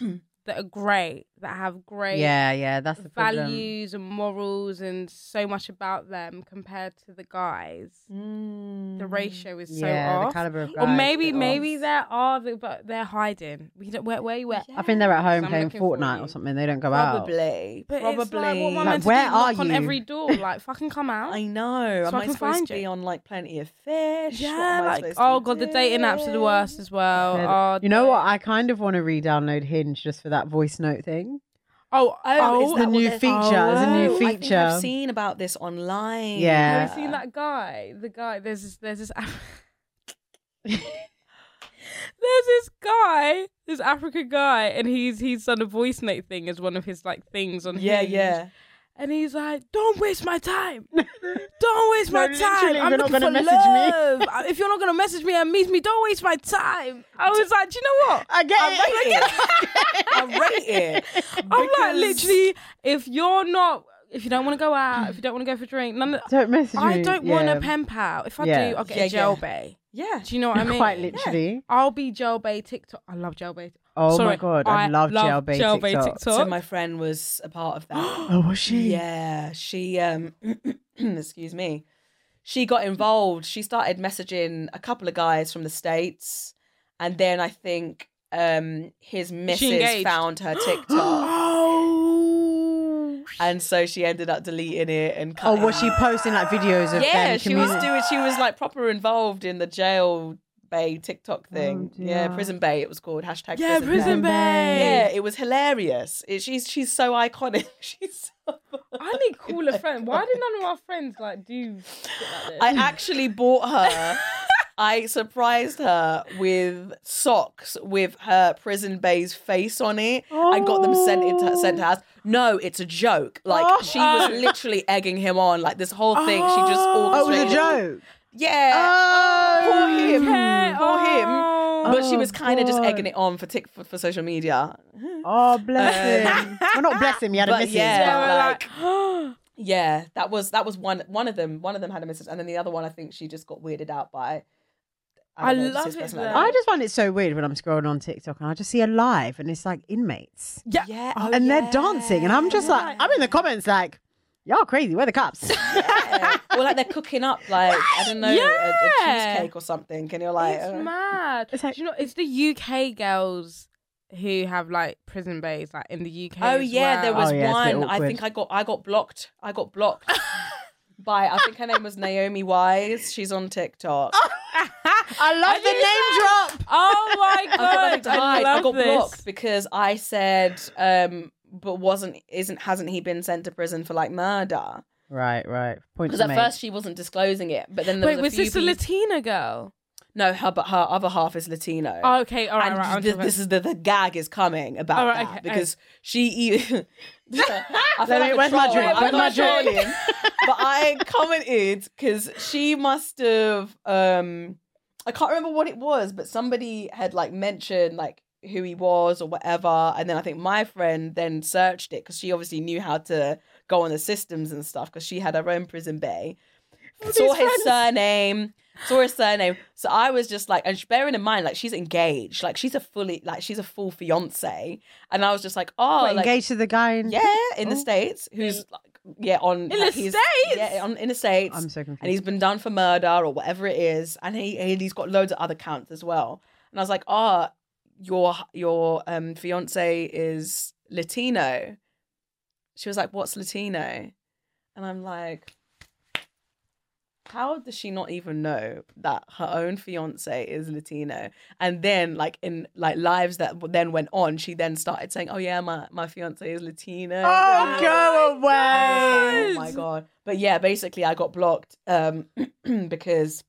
[SPEAKER 2] that are great, that have great
[SPEAKER 3] yeah. Yeah. That's the problem.
[SPEAKER 2] values and morals and so much about them compared to the guys, the ratio is so
[SPEAKER 3] Mm. yeah.
[SPEAKER 2] off.
[SPEAKER 3] The caliber of
[SPEAKER 2] or
[SPEAKER 3] guys
[SPEAKER 2] maybe
[SPEAKER 3] is off.
[SPEAKER 2] maybe there are, the, but they're hiding. We don't, where, where you at?
[SPEAKER 3] I think they're at home
[SPEAKER 2] So I'm
[SPEAKER 3] playing
[SPEAKER 2] looking for
[SPEAKER 3] Fortnite or
[SPEAKER 2] you.
[SPEAKER 3] something. They don't go out.
[SPEAKER 4] Probably.
[SPEAKER 2] But
[SPEAKER 4] probably.
[SPEAKER 2] it's like, what am I
[SPEAKER 3] Like,
[SPEAKER 2] meant to
[SPEAKER 3] where
[SPEAKER 2] do?
[SPEAKER 3] are
[SPEAKER 2] Knock on
[SPEAKER 3] you?
[SPEAKER 2] every door, like fucking
[SPEAKER 3] <laughs>
[SPEAKER 2] come out.
[SPEAKER 4] I know.
[SPEAKER 2] So
[SPEAKER 4] am
[SPEAKER 2] I
[SPEAKER 4] I
[SPEAKER 2] can
[SPEAKER 4] supposed
[SPEAKER 2] find
[SPEAKER 4] to be
[SPEAKER 2] you.
[SPEAKER 4] on like plenty of fish? What
[SPEAKER 2] yeah,
[SPEAKER 4] am I
[SPEAKER 2] like
[SPEAKER 4] supposed to
[SPEAKER 2] oh god, the dating apps are the
[SPEAKER 4] do?
[SPEAKER 2] worst as well.
[SPEAKER 3] They're-
[SPEAKER 2] Oh,
[SPEAKER 3] You know
[SPEAKER 2] dude.
[SPEAKER 3] what? I kind of want to re-download Hinge just for that voice note thing.
[SPEAKER 2] Oh,
[SPEAKER 4] Oh,
[SPEAKER 2] oh,
[SPEAKER 4] is
[SPEAKER 3] the
[SPEAKER 4] that what
[SPEAKER 3] new
[SPEAKER 4] they're-
[SPEAKER 3] feature. It's a new
[SPEAKER 4] I think I've
[SPEAKER 3] feature.
[SPEAKER 4] seen about this online.
[SPEAKER 3] Yeah.
[SPEAKER 2] Have you seen that guy? The guy. There's this. There's this. Af- <laughs> there's this guy. This African guy, and he's he's done a voice note thing as one of his like things on.
[SPEAKER 4] Yeah,
[SPEAKER 2] Hinge.
[SPEAKER 4] yeah.
[SPEAKER 2] And he's like, "Don't waste
[SPEAKER 3] <laughs>
[SPEAKER 2] my time. Don't waste
[SPEAKER 3] No,
[SPEAKER 2] my time.
[SPEAKER 3] literally,
[SPEAKER 2] I'm
[SPEAKER 3] you're not
[SPEAKER 2] looking for
[SPEAKER 3] gonna message me."
[SPEAKER 2] love. I- If you're not gonna message me and meet me, don't waste my time." I was like, "Do you know what?
[SPEAKER 3] I get
[SPEAKER 4] I rate
[SPEAKER 3] <laughs>
[SPEAKER 4] it. <laughs> I rate it.
[SPEAKER 2] <laughs> I'm like
[SPEAKER 4] Because-
[SPEAKER 2] literally, if you're not, if you don't want to go out, if you don't want to go for a
[SPEAKER 3] <sighs>
[SPEAKER 2] drink, none of."
[SPEAKER 3] Don't message me.
[SPEAKER 2] I don't want
[SPEAKER 3] Yeah. <laughs>
[SPEAKER 2] a pen pal. If I
[SPEAKER 3] Yeah.
[SPEAKER 2] do, I'll get
[SPEAKER 4] Yeah,
[SPEAKER 2] a jail
[SPEAKER 4] yeah.
[SPEAKER 2] bay.
[SPEAKER 4] Yeah.
[SPEAKER 2] Do you know what I
[SPEAKER 3] <laughs>
[SPEAKER 2] mean?
[SPEAKER 3] Quite literally.
[SPEAKER 2] I'll be jail bay TikTok. I love jail bay.
[SPEAKER 3] Oh my
[SPEAKER 2] Sorry,
[SPEAKER 3] god, I, love, jailbait TikTok.
[SPEAKER 4] So my friend was a part of that.
[SPEAKER 3] Oh, was <gasps> she?
[SPEAKER 4] yeah, she um <clears throat> excuse me. She got involved. She started messaging a couple of guys from the states and then I think um his missus
[SPEAKER 2] engaged?
[SPEAKER 4] found
[SPEAKER 3] <gasps>
[SPEAKER 4] her TikTok
[SPEAKER 2] <gasps> oh.
[SPEAKER 4] and so she ended up deleting it and
[SPEAKER 3] Oh,
[SPEAKER 4] cutting
[SPEAKER 3] was she posting like videos of
[SPEAKER 4] Yeah,
[SPEAKER 3] them
[SPEAKER 4] she was
[SPEAKER 3] communi-
[SPEAKER 4] doing she was like proper involved in the jail bay TikTok thing. yeah,
[SPEAKER 3] Oh, dear.
[SPEAKER 4] prison bay it was called. Hashtag
[SPEAKER 2] Yeah,
[SPEAKER 4] prison,
[SPEAKER 2] prison
[SPEAKER 3] Bay.
[SPEAKER 2] bay.
[SPEAKER 4] Yeah, it was hilarious. It, she's she's so iconic. <laughs> She's so
[SPEAKER 2] I
[SPEAKER 3] <laughs>
[SPEAKER 2] need cooler friends. Why do none of our friends like do shit like this?
[SPEAKER 4] I
[SPEAKER 3] Mm.
[SPEAKER 4] actually
[SPEAKER 3] <laughs>
[SPEAKER 4] bought her. I surprised her with socks with her prison bay's face on it. I got them sent into sent
[SPEAKER 3] Oh.
[SPEAKER 4] to her house. No, it's
[SPEAKER 3] <laughs>
[SPEAKER 4] a joke. Like she was literally egging him on. Like this whole thing, she
[SPEAKER 3] Oh,
[SPEAKER 4] just
[SPEAKER 3] it was
[SPEAKER 4] orchestrated.
[SPEAKER 3] a joke. Oh,
[SPEAKER 4] Yeah. Poor him. <laughs>
[SPEAKER 2] Okay,
[SPEAKER 4] Poor him.
[SPEAKER 2] oh.
[SPEAKER 4] but she was kind of just
[SPEAKER 3] God.
[SPEAKER 4] egging it on for tick for, for social media.
[SPEAKER 3] Oh, bless him. well, not bless him. He had a
[SPEAKER 4] Uh, But
[SPEAKER 3] missus.
[SPEAKER 4] yeah.
[SPEAKER 2] They were
[SPEAKER 4] like- <gasps>
[SPEAKER 2] like,
[SPEAKER 4] Yeah, that was that was one one of them. One of them had a missus, and then the other one, I think she just got weirded out by.
[SPEAKER 2] I
[SPEAKER 4] don't know, just
[SPEAKER 2] love
[SPEAKER 4] his
[SPEAKER 2] it
[SPEAKER 4] personality.
[SPEAKER 2] though.
[SPEAKER 3] I just find it so weird when I'm scrolling on TikTok and I just see a live and it's like inmates
[SPEAKER 2] yeah.
[SPEAKER 4] yeah, oh,
[SPEAKER 3] and
[SPEAKER 4] yeah.
[SPEAKER 3] they're dancing and I'm just like, I'm in the comments like, y'all crazy. Where the
[SPEAKER 4] <laughs>
[SPEAKER 3] cups?
[SPEAKER 4] Yeah. or like they're cooking up like I don't know a, a
[SPEAKER 2] Yeah.
[SPEAKER 4] cheesecake or something, and you're like,
[SPEAKER 2] it's
[SPEAKER 4] uh,
[SPEAKER 2] mad.
[SPEAKER 3] It's like-
[SPEAKER 2] Do you know, it's the UK girls who have like prison bays, like in the UK.
[SPEAKER 4] oh
[SPEAKER 2] as
[SPEAKER 4] yeah, there
[SPEAKER 2] well.
[SPEAKER 4] was
[SPEAKER 3] Oh, yeah, it's a bit
[SPEAKER 4] one. I
[SPEAKER 3] awkward.
[SPEAKER 4] think I got I got blocked. I got blocked <laughs> by I think her name was Naomi Wise. She's on TikTok.
[SPEAKER 3] I love the name drop.
[SPEAKER 2] Oh my
[SPEAKER 4] <laughs> I
[SPEAKER 2] god!
[SPEAKER 4] think I
[SPEAKER 2] I,
[SPEAKER 4] died.
[SPEAKER 2] love
[SPEAKER 4] I got
[SPEAKER 2] this.
[SPEAKER 4] blocked because I said, um, but wasn't isn't hasn't he been sent to prison for like murder?
[SPEAKER 3] Right, right. Point
[SPEAKER 4] Because
[SPEAKER 3] to
[SPEAKER 4] at
[SPEAKER 3] make.
[SPEAKER 4] first she wasn't disclosing it, but then there
[SPEAKER 2] Wait,
[SPEAKER 4] was,
[SPEAKER 2] was
[SPEAKER 4] a few
[SPEAKER 2] this a
[SPEAKER 4] peop-
[SPEAKER 2] Latina girl?
[SPEAKER 4] no, her but her other half is Latino.
[SPEAKER 2] Oh, okay, all right,
[SPEAKER 4] and
[SPEAKER 2] right. I'm
[SPEAKER 4] th-
[SPEAKER 2] talking-
[SPEAKER 4] this is the, the gag is coming about
[SPEAKER 2] All right,
[SPEAKER 4] that
[SPEAKER 2] okay,
[SPEAKER 4] because she
[SPEAKER 2] <laughs>
[SPEAKER 4] <laughs> even. I
[SPEAKER 3] Let
[SPEAKER 4] feel
[SPEAKER 3] me-
[SPEAKER 4] like a
[SPEAKER 3] where's my
[SPEAKER 4] troll.
[SPEAKER 3] drink?
[SPEAKER 4] I'm
[SPEAKER 3] Where's my
[SPEAKER 4] not
[SPEAKER 3] drink?
[SPEAKER 4] trolling, but
[SPEAKER 2] <laughs>
[SPEAKER 4] I commented because she must have. um I can't remember what it was, but somebody had like mentioned like who he was or whatever, and then I think my friend then searched it because she obviously knew how to go on the systems and stuff because she had her own prison bay. Saw his surname, saw his surname. So I was just like, and sh- bearing in mind, like she's engaged, like she's a fully, like she's a full fiance, and I was just like, oh,
[SPEAKER 3] What,
[SPEAKER 4] like,
[SPEAKER 3] engaged to the guy. In- Oh,
[SPEAKER 4] yeah, in the states, who's like, yeah, on
[SPEAKER 2] the
[SPEAKER 4] like,
[SPEAKER 2] States?
[SPEAKER 4] yeah, on in the states,
[SPEAKER 3] I'm so confused.
[SPEAKER 4] and he's been done for murder or whatever it is, and he and he's got loads of other counts as well. And I was like, oh, your your um fiance is Latino. She was like, what's Latino? And I'm like, how does she not even know that her own fiance is Latino? And then, like in like lives that w- then went on, she then started saying, "Oh yeah, my my fiance is Latino."
[SPEAKER 3] Oh, go
[SPEAKER 4] Oh
[SPEAKER 3] away.
[SPEAKER 4] my god! But yeah, basically, I got blocked um <clears throat> because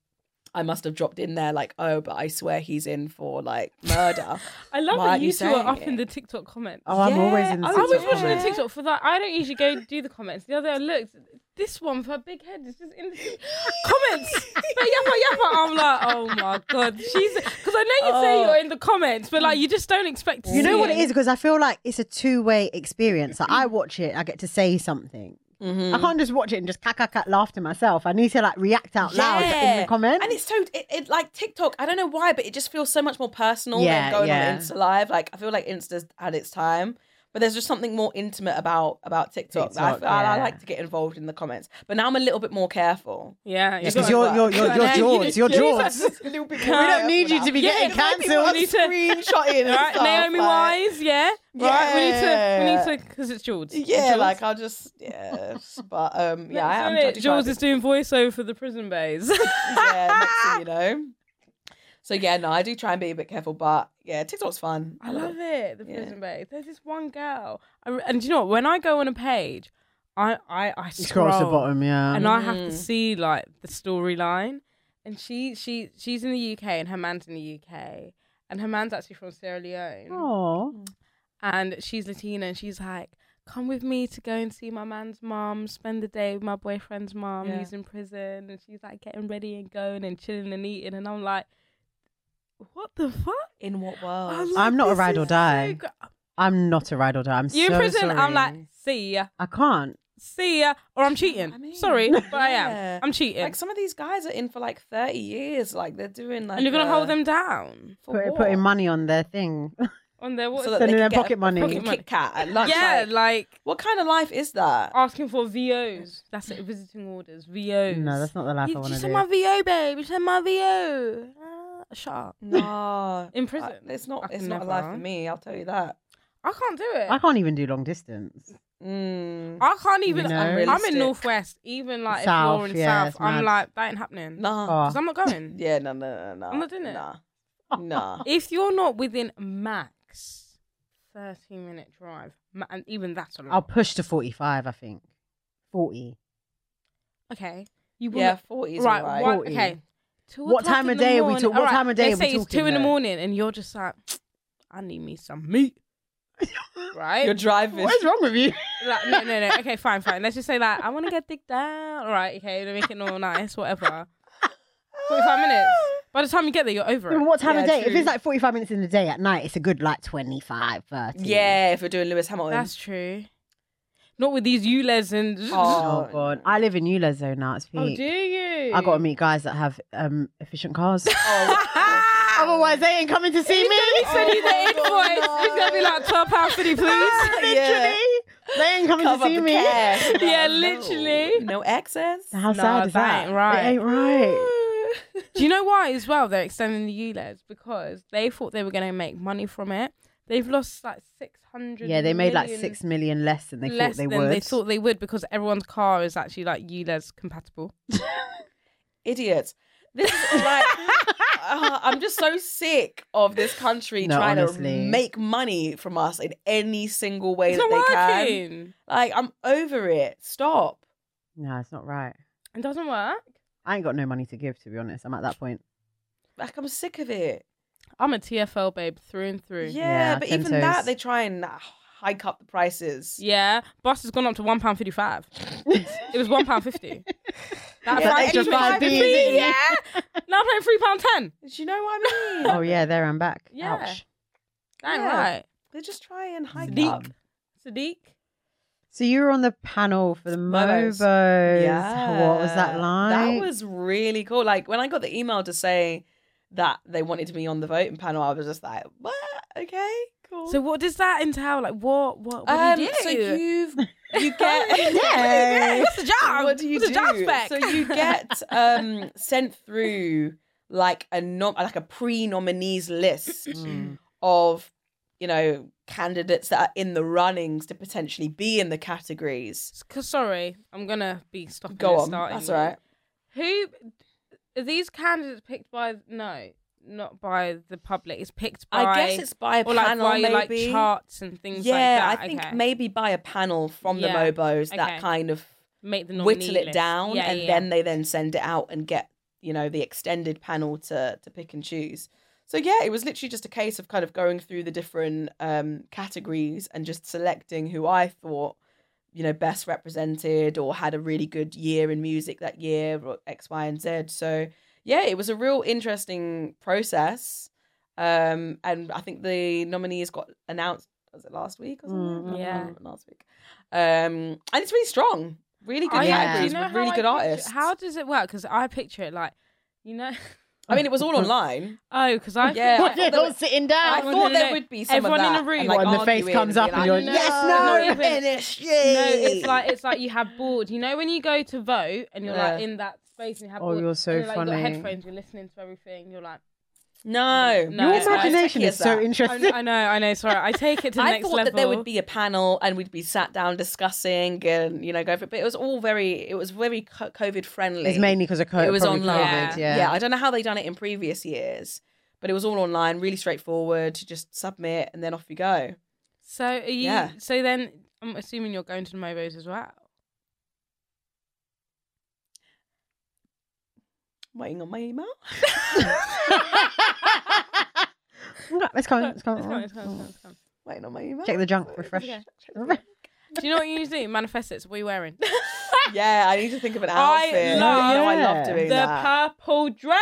[SPEAKER 4] I must have dropped in there like, "Oh, but I swear he's in for like <laughs> murder."
[SPEAKER 2] I love
[SPEAKER 4] Why
[SPEAKER 2] that
[SPEAKER 4] aren't
[SPEAKER 2] you
[SPEAKER 4] you
[SPEAKER 2] two are
[SPEAKER 4] saying
[SPEAKER 2] up in
[SPEAKER 4] it?
[SPEAKER 2] the TikTok comments.
[SPEAKER 3] Oh, I'm always in the
[SPEAKER 4] I
[SPEAKER 2] I was
[SPEAKER 4] was
[SPEAKER 3] TikTok
[SPEAKER 2] watching the
[SPEAKER 3] comments.
[SPEAKER 2] TikTok for that. I don't usually go do the comments. The other I looked, this one with her big head is just in the
[SPEAKER 3] <laughs>
[SPEAKER 2] comments. But yappa yappa, I'm like, oh my god, she's because I know you say
[SPEAKER 4] Oh.
[SPEAKER 2] you're in the comments, but like you just don't expect to.
[SPEAKER 3] You know
[SPEAKER 2] see
[SPEAKER 3] what it is because I feel like it's a two-way experience. Like I watch it, I get to say something. I can't just watch it and just cack cack cack laugh to myself. I need to like react out loud in
[SPEAKER 4] Yeah.
[SPEAKER 3] the comments.
[SPEAKER 4] And it's so it, it like TikTok. I don't know why, but it just feels so much more personal
[SPEAKER 3] Yeah,
[SPEAKER 4] than going
[SPEAKER 3] yeah.
[SPEAKER 4] on Insta Live. Like I feel like Insta's had its time, but there's just something more intimate about about TikTok. that I,
[SPEAKER 3] TikTok,
[SPEAKER 4] feel, I, I
[SPEAKER 3] yeah.
[SPEAKER 4] like to get involved in the comments, but now I'm a little bit more careful.
[SPEAKER 2] Yeah,
[SPEAKER 3] Just
[SPEAKER 2] you
[SPEAKER 3] because
[SPEAKER 2] gotta-
[SPEAKER 3] you're you're
[SPEAKER 4] <laughs>
[SPEAKER 3] you're,
[SPEAKER 4] I
[SPEAKER 3] you're
[SPEAKER 4] know,
[SPEAKER 3] George, you're George.
[SPEAKER 2] <laughs>
[SPEAKER 4] a little <laughs> bit
[SPEAKER 3] We don't need you to be
[SPEAKER 2] Yeah,
[SPEAKER 3] getting
[SPEAKER 2] exactly.
[SPEAKER 3] cancelled.
[SPEAKER 2] We need to-
[SPEAKER 4] <laughs> screenshotting.
[SPEAKER 2] <laughs>
[SPEAKER 4] and
[SPEAKER 2] Right,
[SPEAKER 4] stuff,
[SPEAKER 2] Naomi
[SPEAKER 4] like-
[SPEAKER 2] Wise, yeah, right. We need to, we need to, because it's Jules.
[SPEAKER 4] Yeah, like I'll just yeah,
[SPEAKER 2] <laughs>
[SPEAKER 4] but um, yeah, I am.
[SPEAKER 2] Isn't it?
[SPEAKER 4] judging
[SPEAKER 2] Jules
[SPEAKER 4] by-
[SPEAKER 2] is doing voiceover for the prison bays. <laughs>
[SPEAKER 4] <laughs> yeah, next thing you know. So yeah, no, I do try and be a bit careful, but yeah, TikTok's fun.
[SPEAKER 3] <laughs>
[SPEAKER 2] I love it. The
[SPEAKER 4] Yeah.
[SPEAKER 2] prison babe. There's this one girl, I re- and do you know what? When I go on a page, I I, I scroll,
[SPEAKER 3] Scroll to the bottom, Mm. yeah.
[SPEAKER 2] and I have to see like the storyline. And she she she's in the UK, and her man's in the UK, and her man's actually from Sierra Leone,
[SPEAKER 3] Oh,
[SPEAKER 2] and she's Latina, and she's like. Come with me to go and see my man's mom, spend the day with my boyfriend's mom
[SPEAKER 4] Yeah.
[SPEAKER 2] who's in prison. And she's like getting ready and going and chilling and eating. And I'm like, what the fuck?
[SPEAKER 4] In what world?
[SPEAKER 2] I'm,
[SPEAKER 3] Oh, I'm not a
[SPEAKER 2] this
[SPEAKER 3] ride
[SPEAKER 2] is
[SPEAKER 3] or
[SPEAKER 2] so
[SPEAKER 3] die.
[SPEAKER 2] gr-
[SPEAKER 3] I'm not a ride or die. I'm
[SPEAKER 2] you
[SPEAKER 3] so
[SPEAKER 2] in prison? I'm
[SPEAKER 3] sorry.
[SPEAKER 2] like, see ya,
[SPEAKER 3] I can't.
[SPEAKER 2] see ya, or I'm cheating.
[SPEAKER 4] I mean,
[SPEAKER 2] Sorry, but I
[SPEAKER 4] yeah.
[SPEAKER 2] am. I'm cheating,
[SPEAKER 4] like some of these guys are in for like thirty years. Like they're doing like
[SPEAKER 2] and you're gonna
[SPEAKER 4] uh,
[SPEAKER 2] hold them down
[SPEAKER 4] for
[SPEAKER 3] Put,
[SPEAKER 4] what?
[SPEAKER 3] putting money on their thing. <laughs>
[SPEAKER 2] on their what?
[SPEAKER 4] so
[SPEAKER 2] is
[SPEAKER 4] that they
[SPEAKER 3] Sending
[SPEAKER 4] can
[SPEAKER 3] their
[SPEAKER 4] get a
[SPEAKER 3] pocket money.
[SPEAKER 4] fucking Kit Kat at lunch.
[SPEAKER 2] it? <laughs> yeah,
[SPEAKER 4] like,
[SPEAKER 2] like
[SPEAKER 4] what kind of life
[SPEAKER 2] <laughs>
[SPEAKER 4] is that?
[SPEAKER 2] asking for VOs. That's it.
[SPEAKER 3] <laughs>
[SPEAKER 2] Visiting orders, VOs.
[SPEAKER 3] no, that's not the life I
[SPEAKER 2] You,
[SPEAKER 3] want
[SPEAKER 2] you
[SPEAKER 3] to
[SPEAKER 2] said
[SPEAKER 3] do.
[SPEAKER 2] my VO, babe. You said my VO. Uh, shut up.
[SPEAKER 4] No,
[SPEAKER 2] In prison.
[SPEAKER 4] I- it's
[SPEAKER 2] I
[SPEAKER 4] not.
[SPEAKER 2] could
[SPEAKER 4] It's not a life
[SPEAKER 2] never.
[SPEAKER 4] for me. I'll tell you that.
[SPEAKER 2] I can't do it.
[SPEAKER 3] I can't even do long distance.
[SPEAKER 4] Mm.
[SPEAKER 2] I can't even.
[SPEAKER 3] know?
[SPEAKER 2] I'm
[SPEAKER 4] Unrealistic.
[SPEAKER 2] in Northwest. Even like if
[SPEAKER 3] South,
[SPEAKER 2] you're in
[SPEAKER 3] yeah,
[SPEAKER 2] South,
[SPEAKER 3] it's
[SPEAKER 2] I'm
[SPEAKER 3] mad.
[SPEAKER 2] like that ain't happening.
[SPEAKER 4] Nah.
[SPEAKER 3] Oh.
[SPEAKER 2] 'Cause I'm not going.
[SPEAKER 4] Yeah. No. No. No. No.
[SPEAKER 2] I'm not doing it. <laughs>
[SPEAKER 4] Nah. Nah.
[SPEAKER 2] If you're not within max 30 minute drive, ma- and even that's a lot.
[SPEAKER 3] I'll push to 45, I think. 40.
[SPEAKER 2] Okay. You will
[SPEAKER 4] yeah. Forties.
[SPEAKER 2] right,
[SPEAKER 4] Right.
[SPEAKER 2] one-
[SPEAKER 3] 40.
[SPEAKER 2] okay. Two
[SPEAKER 3] What
[SPEAKER 2] o'clock
[SPEAKER 3] time
[SPEAKER 2] in
[SPEAKER 3] of
[SPEAKER 2] the
[SPEAKER 3] day are we
[SPEAKER 2] morning-
[SPEAKER 3] talk- what
[SPEAKER 2] alright,
[SPEAKER 3] time of day
[SPEAKER 2] Let's
[SPEAKER 3] are we
[SPEAKER 2] say it's
[SPEAKER 3] talking
[SPEAKER 2] two in the
[SPEAKER 3] though?
[SPEAKER 2] morning, and you're just like, I need me some
[SPEAKER 3] <laughs>
[SPEAKER 2] meat, right?
[SPEAKER 4] You're driving.
[SPEAKER 3] What is wrong with you?
[SPEAKER 2] like, no, no, no. Okay, fine, fine. Let's just say like, I want to get dick down. All right, okay, to make it all nice, whatever. minutes. By the time you get there, you're over it.
[SPEAKER 3] <laughs> What time of
[SPEAKER 4] Yeah,
[SPEAKER 3] day? If
[SPEAKER 4] true.
[SPEAKER 3] it's like 45 minutes in the day at night, it's a good like 25, 30.
[SPEAKER 4] Yeah, if we're doing Lewis Hamilton.
[SPEAKER 2] That's true. Not with these ULEs and.
[SPEAKER 3] Oh, God. I live in Eula Zone now. It's
[SPEAKER 2] Oh,
[SPEAKER 3] peak.
[SPEAKER 2] <laughs> do you?
[SPEAKER 3] I got to meet guys that have um, efficient
[SPEAKER 2] <laughs>
[SPEAKER 3] cars.
[SPEAKER 4] Oh,
[SPEAKER 3] <laughs> Otherwise, they ain't coming to see me. <laughs>
[SPEAKER 2] Send you the
[SPEAKER 3] Oh,
[SPEAKER 2] invoice. It's gonna be like twelve pounds city, please. <laughs>
[SPEAKER 3] Literally. They ain't coming
[SPEAKER 4] cover
[SPEAKER 3] to see
[SPEAKER 4] the
[SPEAKER 3] me.
[SPEAKER 4] cash.
[SPEAKER 3] <laughs>
[SPEAKER 2] Yeah,
[SPEAKER 4] No,
[SPEAKER 2] literally.
[SPEAKER 4] No access. <laughs>
[SPEAKER 3] How
[SPEAKER 2] Nah,
[SPEAKER 3] sad is
[SPEAKER 2] that
[SPEAKER 3] that?
[SPEAKER 2] ain't right.
[SPEAKER 3] It ain't right.
[SPEAKER 2] Do you know why as well they're extending the ULEDs? Because they thought they were going to make money from it. They've lost like 600
[SPEAKER 3] Yeah, they made like
[SPEAKER 2] million
[SPEAKER 3] six million less than they thought
[SPEAKER 2] less
[SPEAKER 3] they
[SPEAKER 2] than
[SPEAKER 3] would.
[SPEAKER 2] they thought they would because everyone's car is actually like ULEDs compatible.
[SPEAKER 4] Idiots. This is
[SPEAKER 2] <laughs>
[SPEAKER 4] like, uh, I'm just so sick of this country
[SPEAKER 3] No,
[SPEAKER 4] trying
[SPEAKER 3] honestly.
[SPEAKER 4] to make money from us in any single way
[SPEAKER 2] It's
[SPEAKER 4] that
[SPEAKER 2] not
[SPEAKER 4] they can.
[SPEAKER 2] working.
[SPEAKER 4] Like, I'm over it. Stop.
[SPEAKER 3] no, it's not right.
[SPEAKER 2] It doesn't work.
[SPEAKER 3] I ain't got no money to give, to be honest. I'm at that
[SPEAKER 2] <laughs>
[SPEAKER 3] point.
[SPEAKER 4] Like, I'm sick of it.
[SPEAKER 2] I'm a TFL babe through and
[SPEAKER 4] Yeah,
[SPEAKER 2] through.
[SPEAKER 3] Yeah,
[SPEAKER 4] but
[SPEAKER 3] ten
[SPEAKER 4] even
[SPEAKER 3] toes.
[SPEAKER 4] that, they try and uh, hike up the prices.
[SPEAKER 2] Yeah, bus has gone up to one pound fifty five.
[SPEAKER 3] <laughs>
[SPEAKER 2] It was one pound fifty. That
[SPEAKER 4] Yeah,
[SPEAKER 2] front
[SPEAKER 4] extra
[SPEAKER 2] seat was
[SPEAKER 4] five
[SPEAKER 2] like,
[SPEAKER 4] Bs,
[SPEAKER 2] "Fee,
[SPEAKER 4] isn't
[SPEAKER 2] <laughs>
[SPEAKER 4] it?"
[SPEAKER 2] Yeah, now I'm paying three pound ten.
[SPEAKER 4] Do you know what I mean?
[SPEAKER 3] <laughs> oh yeah, there I'm back.
[SPEAKER 2] Yeah.
[SPEAKER 3] Ouch.
[SPEAKER 2] That ain't
[SPEAKER 4] Yeah.
[SPEAKER 2] right.
[SPEAKER 4] They just try and hike up.
[SPEAKER 2] Sadiq, Sadiq.
[SPEAKER 3] So you were on the panel for the
[SPEAKER 4] Mobos.
[SPEAKER 3] Mobos. What was that like?
[SPEAKER 4] That was really cool. Like when I got the email to say that they wanted me on the voting panel, I was just like, "What? Okay, cool."
[SPEAKER 2] So what does that entail? Like what? What? What do you
[SPEAKER 4] Um,
[SPEAKER 2] do?
[SPEAKER 4] so you've you <laughs> get
[SPEAKER 3] Yeah.
[SPEAKER 2] What's the job?
[SPEAKER 4] <laughs> What do you
[SPEAKER 2] What's
[SPEAKER 4] do?
[SPEAKER 2] the job spec? <laughs>
[SPEAKER 4] So you get um sent through like a nom- like a pre-nominees list
[SPEAKER 3] Mm.
[SPEAKER 4] of you know candidates that are in the runnings to potentially be in the categories.
[SPEAKER 2] Cause sorry, I'm gonna be stopping.
[SPEAKER 4] Go
[SPEAKER 2] and
[SPEAKER 4] on,
[SPEAKER 2] starting
[SPEAKER 4] that's
[SPEAKER 2] you.
[SPEAKER 4] all right.
[SPEAKER 2] Who are these candidates picked by? No, not by the public. It's picked by.
[SPEAKER 4] I guess it's by a
[SPEAKER 2] or like
[SPEAKER 4] panel,
[SPEAKER 2] by like
[SPEAKER 4] maybe.
[SPEAKER 2] charts and things like
[SPEAKER 4] yeah,
[SPEAKER 2] that.
[SPEAKER 4] I think
[SPEAKER 2] okay.
[SPEAKER 4] maybe by a panel from
[SPEAKER 2] Yeah,
[SPEAKER 4] the Mobos
[SPEAKER 2] okay.
[SPEAKER 4] that kind of
[SPEAKER 2] make the nominee
[SPEAKER 4] whittle it
[SPEAKER 2] list.
[SPEAKER 4] down,
[SPEAKER 2] Yeah,
[SPEAKER 4] and
[SPEAKER 2] yeah,
[SPEAKER 4] then they then send it out and get you know the extended panel to to pick and choose. So yeah, it was literally just a case of kind of going through the different um, categories and just selecting who I thought you know best represented or had a really good year in music that year or X, Y, and Z. So yeah, it was a real interesting process. Um, and I think the nominees got announced. Was it last week or something? I can't
[SPEAKER 2] Mm, yeah.
[SPEAKER 4] remember, last week. Um, and it's really strong, really good
[SPEAKER 2] I-
[SPEAKER 3] do you
[SPEAKER 2] Oh,
[SPEAKER 4] categories,
[SPEAKER 2] know
[SPEAKER 4] with
[SPEAKER 2] how
[SPEAKER 4] really
[SPEAKER 2] I
[SPEAKER 4] good
[SPEAKER 2] picture-
[SPEAKER 4] artists.
[SPEAKER 2] How does it work? Because I picture it like, you know, <laughs>
[SPEAKER 4] I mean, it was all online.
[SPEAKER 2] oh, because <laughs> I
[SPEAKER 4] Yeah.
[SPEAKER 2] think-
[SPEAKER 4] I
[SPEAKER 3] What? They're
[SPEAKER 4] thought
[SPEAKER 3] all sitting
[SPEAKER 4] I
[SPEAKER 2] I
[SPEAKER 3] down.
[SPEAKER 2] no,
[SPEAKER 4] thought
[SPEAKER 2] no,
[SPEAKER 4] there
[SPEAKER 2] no.
[SPEAKER 4] would be some
[SPEAKER 2] Everyone in
[SPEAKER 4] of that.
[SPEAKER 2] the room.
[SPEAKER 4] like,
[SPEAKER 3] What, and the face
[SPEAKER 4] arguing
[SPEAKER 3] comes
[SPEAKER 4] and
[SPEAKER 3] up and
[SPEAKER 4] being
[SPEAKER 3] you're,
[SPEAKER 4] like,
[SPEAKER 2] yes, no,
[SPEAKER 4] no,
[SPEAKER 2] even-
[SPEAKER 4] finish,
[SPEAKER 2] No,
[SPEAKER 4] yay."
[SPEAKER 2] it's like it's like you have board. You know when you go to vote and you're like
[SPEAKER 4] Yeah.
[SPEAKER 2] in that space and you have.
[SPEAKER 3] Oh,
[SPEAKER 2] board,
[SPEAKER 3] you're so
[SPEAKER 2] and like, You
[SPEAKER 3] funny.
[SPEAKER 2] got headphones. You're listening to everything. You're
[SPEAKER 4] <laughs>
[SPEAKER 2] like,
[SPEAKER 4] no,
[SPEAKER 2] No,
[SPEAKER 3] Your
[SPEAKER 2] it's like-
[SPEAKER 3] imagination
[SPEAKER 4] Techie
[SPEAKER 3] is so
[SPEAKER 4] that.
[SPEAKER 2] I,
[SPEAKER 3] interesting.
[SPEAKER 2] I know, I know. Sorry, I take it to the
[SPEAKER 4] <laughs> I
[SPEAKER 2] next
[SPEAKER 4] thought
[SPEAKER 2] level.
[SPEAKER 4] that there would be a panel and we'd be sat down discussing and you know go for it, but it was all very it was very co- COVID friendly.
[SPEAKER 3] It's mainly because of co-
[SPEAKER 4] it was
[SPEAKER 3] probably
[SPEAKER 4] online.
[SPEAKER 3] COVID. Yeah.
[SPEAKER 4] yeah, I don't know how they done it in previous years, but it was all online, really straightforward. You just submit and then off you go.
[SPEAKER 2] So are you?
[SPEAKER 4] Yeah.
[SPEAKER 2] So then, I'm assuming you're going to the Mobos as well.
[SPEAKER 4] Waiting on my email.
[SPEAKER 3] <laughs> it's coming. It's coming.
[SPEAKER 2] It's fine, it's fine, it's fine, it's fine.
[SPEAKER 4] Waiting on my email.
[SPEAKER 3] Check the junk.
[SPEAKER 4] It's
[SPEAKER 3] Refresh.
[SPEAKER 4] okay. Check the
[SPEAKER 3] Refresh.
[SPEAKER 4] junk.
[SPEAKER 2] Do you know what you need to
[SPEAKER 4] <laughs>
[SPEAKER 2] do? Manifest it. So what are you wearing?
[SPEAKER 4] yeah, I need to think of an
[SPEAKER 2] I
[SPEAKER 4] outfit. you
[SPEAKER 2] love
[SPEAKER 4] know, I love
[SPEAKER 3] Yeah.
[SPEAKER 4] doing
[SPEAKER 2] the
[SPEAKER 4] that.
[SPEAKER 2] purple dress.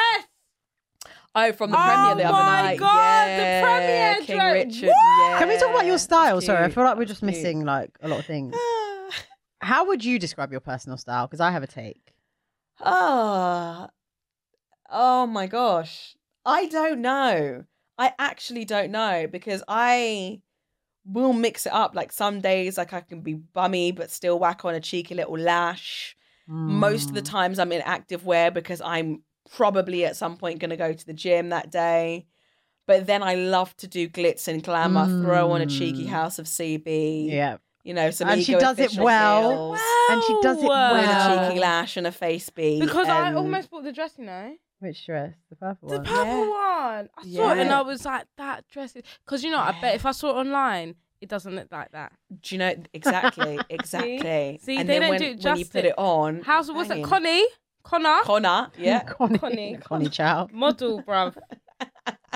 [SPEAKER 4] oh, from the
[SPEAKER 2] Oh
[SPEAKER 4] premiere the other
[SPEAKER 2] my
[SPEAKER 4] night.
[SPEAKER 2] God, the
[SPEAKER 4] yeah.
[SPEAKER 2] premiere
[SPEAKER 4] King
[SPEAKER 2] dress.
[SPEAKER 4] Richard. Yeah.
[SPEAKER 3] Can we talk about your
[SPEAKER 4] It's
[SPEAKER 3] style? Sorry, I
[SPEAKER 4] cute.
[SPEAKER 3] feel like we're just
[SPEAKER 4] It's cute.
[SPEAKER 3] missing like a lot of things. How would you describe your personal style? Because I have a take.
[SPEAKER 4] <sighs> Ah, oh my gosh. I don't know. I actually don't know because I will mix it up. Like some days, like I can be bummy, but still whack on a cheeky little lash. Most of the
[SPEAKER 3] Mm.
[SPEAKER 4] times, I'm in active wear because I'm probably at some point going to go to the gym that day. But then I love to do glitz and glamour, throw on a cheeky
[SPEAKER 3] Mm.
[SPEAKER 4] house of CB.
[SPEAKER 3] Yeah.
[SPEAKER 4] You know, some
[SPEAKER 3] And she
[SPEAKER 4] ego
[SPEAKER 3] does it
[SPEAKER 4] official
[SPEAKER 3] well.
[SPEAKER 4] heels,
[SPEAKER 3] And she does it
[SPEAKER 2] Wow.
[SPEAKER 4] With
[SPEAKER 3] well.
[SPEAKER 4] a cheeky um, lash and a face beat.
[SPEAKER 2] Because I
[SPEAKER 4] and-
[SPEAKER 2] almost bought the dress, you know,
[SPEAKER 3] Which dress? The purple
[SPEAKER 2] the
[SPEAKER 3] one.
[SPEAKER 2] purple one. I saw it and
[SPEAKER 4] Yeah.
[SPEAKER 2] I was like, that dress is. Because you know, I
[SPEAKER 4] Yeah.
[SPEAKER 2] bet if I saw it online, it doesn't look like that.
[SPEAKER 4] Do you know exactly, exactly?
[SPEAKER 2] See,
[SPEAKER 4] and
[SPEAKER 2] they
[SPEAKER 4] then
[SPEAKER 2] don't
[SPEAKER 4] when,
[SPEAKER 2] do it
[SPEAKER 4] when you put
[SPEAKER 2] justice.
[SPEAKER 4] it on.
[SPEAKER 2] How's what's that?
[SPEAKER 4] banging.
[SPEAKER 2] Connie, Connor,
[SPEAKER 4] Connor, yeah.
[SPEAKER 3] <laughs> Connie.
[SPEAKER 2] Connie.
[SPEAKER 3] Connie.
[SPEAKER 4] <laughs>
[SPEAKER 3] Chow.
[SPEAKER 2] model, bruv.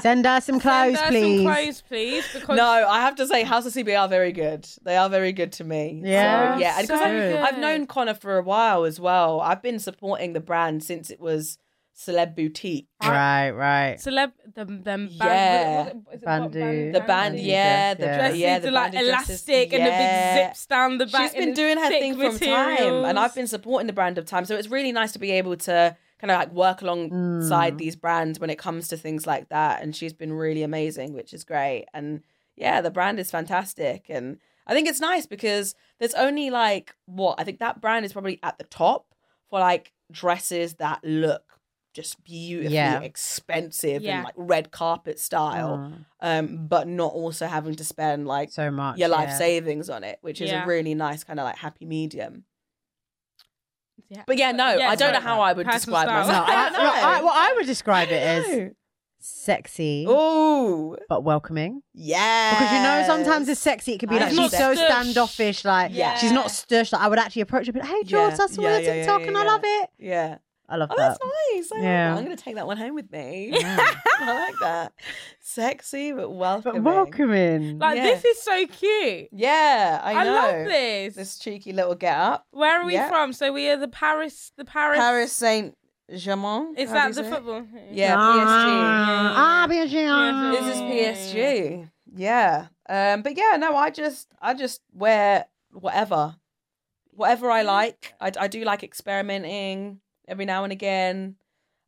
[SPEAKER 3] Send her some clothes,
[SPEAKER 2] Send her
[SPEAKER 3] please.
[SPEAKER 2] Some clothes, please. Because
[SPEAKER 4] No, I have to say, House of CB are very good. They are very good to me.
[SPEAKER 3] Yeah.
[SPEAKER 4] so, yeah. And because
[SPEAKER 2] So
[SPEAKER 4] I've,
[SPEAKER 2] good.
[SPEAKER 4] I've known Connor for a while as well. I've been supporting the brand since it was celeb boutique.
[SPEAKER 3] Right, right.
[SPEAKER 2] Celeb, the them band,
[SPEAKER 4] Yeah.
[SPEAKER 2] what- what is it, what
[SPEAKER 3] Bandu.
[SPEAKER 4] The band,
[SPEAKER 3] Bandu
[SPEAKER 4] yeah,
[SPEAKER 3] dress,
[SPEAKER 4] the
[SPEAKER 3] yeah.
[SPEAKER 4] dre-
[SPEAKER 2] dresses,
[SPEAKER 4] yeah,
[SPEAKER 2] the,
[SPEAKER 4] the
[SPEAKER 2] like
[SPEAKER 4] banded dresses,
[SPEAKER 2] elastic and the big
[SPEAKER 4] yeah.
[SPEAKER 2] zips down the back.
[SPEAKER 4] She's been
[SPEAKER 2] and the
[SPEAKER 4] doing her
[SPEAKER 2] thick
[SPEAKER 4] thing from time, and I've
[SPEAKER 2] materials.
[SPEAKER 4] been supporting the brand of time. So it's really nice to be able to kind of like work alongside
[SPEAKER 3] Mm.
[SPEAKER 4] these brands when it comes to things like that. And she's been really amazing, which is great. And yeah, the brand is fantastic. And I think it's nice because there's only like what I think that brand is probably at the top for like dresses that look just beautifully
[SPEAKER 3] Yeah.
[SPEAKER 4] expensive
[SPEAKER 2] Yeah.
[SPEAKER 4] and like red carpet style,
[SPEAKER 3] Mm,
[SPEAKER 4] um, but not also having to spend like
[SPEAKER 3] so much.
[SPEAKER 4] your life
[SPEAKER 3] yeah.
[SPEAKER 4] savings on it, which is
[SPEAKER 2] Yeah.
[SPEAKER 4] a really nice kind of like happy medium.
[SPEAKER 2] Yeah.
[SPEAKER 4] But yeah, no,
[SPEAKER 2] Yeah,
[SPEAKER 4] I don't know
[SPEAKER 2] sorry.
[SPEAKER 4] how I would
[SPEAKER 2] Personal
[SPEAKER 4] describe
[SPEAKER 2] style.
[SPEAKER 3] No,
[SPEAKER 4] myself.
[SPEAKER 3] I,
[SPEAKER 4] <laughs> I don't
[SPEAKER 3] no, I-
[SPEAKER 4] know.
[SPEAKER 3] what I would describe it as
[SPEAKER 4] No.
[SPEAKER 3] sexy
[SPEAKER 4] Oh,
[SPEAKER 3] but welcoming.
[SPEAKER 4] yeah.
[SPEAKER 3] Because you know, sometimes it's sexy. It could be
[SPEAKER 4] I
[SPEAKER 3] like
[SPEAKER 4] love
[SPEAKER 3] she's so
[SPEAKER 2] stush.
[SPEAKER 3] standoffish, like
[SPEAKER 4] Yeah.
[SPEAKER 3] she's not stush. Like I would actually approach her, but hey, George,
[SPEAKER 4] Yeah.
[SPEAKER 3] I saw
[SPEAKER 4] Yeah,
[SPEAKER 3] your
[SPEAKER 4] yeah, yeah,
[SPEAKER 3] TikTok
[SPEAKER 4] yeah,
[SPEAKER 3] and I
[SPEAKER 4] yeah.
[SPEAKER 3] love it.
[SPEAKER 4] Yeah.
[SPEAKER 3] I love
[SPEAKER 4] Oh,
[SPEAKER 3] that.
[SPEAKER 4] <laughs> that's nice. I like
[SPEAKER 3] Yeah.
[SPEAKER 4] that. I'm going to take that one home with me.
[SPEAKER 3] Yeah.
[SPEAKER 4] <laughs> I like that. Sexy, but
[SPEAKER 3] But
[SPEAKER 4] welcoming.
[SPEAKER 3] welcoming.
[SPEAKER 2] Like
[SPEAKER 4] Yeah.
[SPEAKER 2] this is so cute.
[SPEAKER 4] Yeah, I
[SPEAKER 2] I,
[SPEAKER 4] know.
[SPEAKER 2] love this.
[SPEAKER 4] This cheeky little get up.
[SPEAKER 2] Where are we
[SPEAKER 4] Yeah.
[SPEAKER 2] from? So we are the Paris, the Paris.
[SPEAKER 4] Paris Saint Germain.
[SPEAKER 2] Is that the football?
[SPEAKER 4] Yeah, PSG.
[SPEAKER 3] Ah,
[SPEAKER 2] Yeah,
[SPEAKER 3] PSG.
[SPEAKER 4] This is
[SPEAKER 2] Mm.
[SPEAKER 4] PSG. Oh. Yeah. Um, but yeah, no, I just I just wear whatever. Whatever I like. I, I do like experimenting every now and again.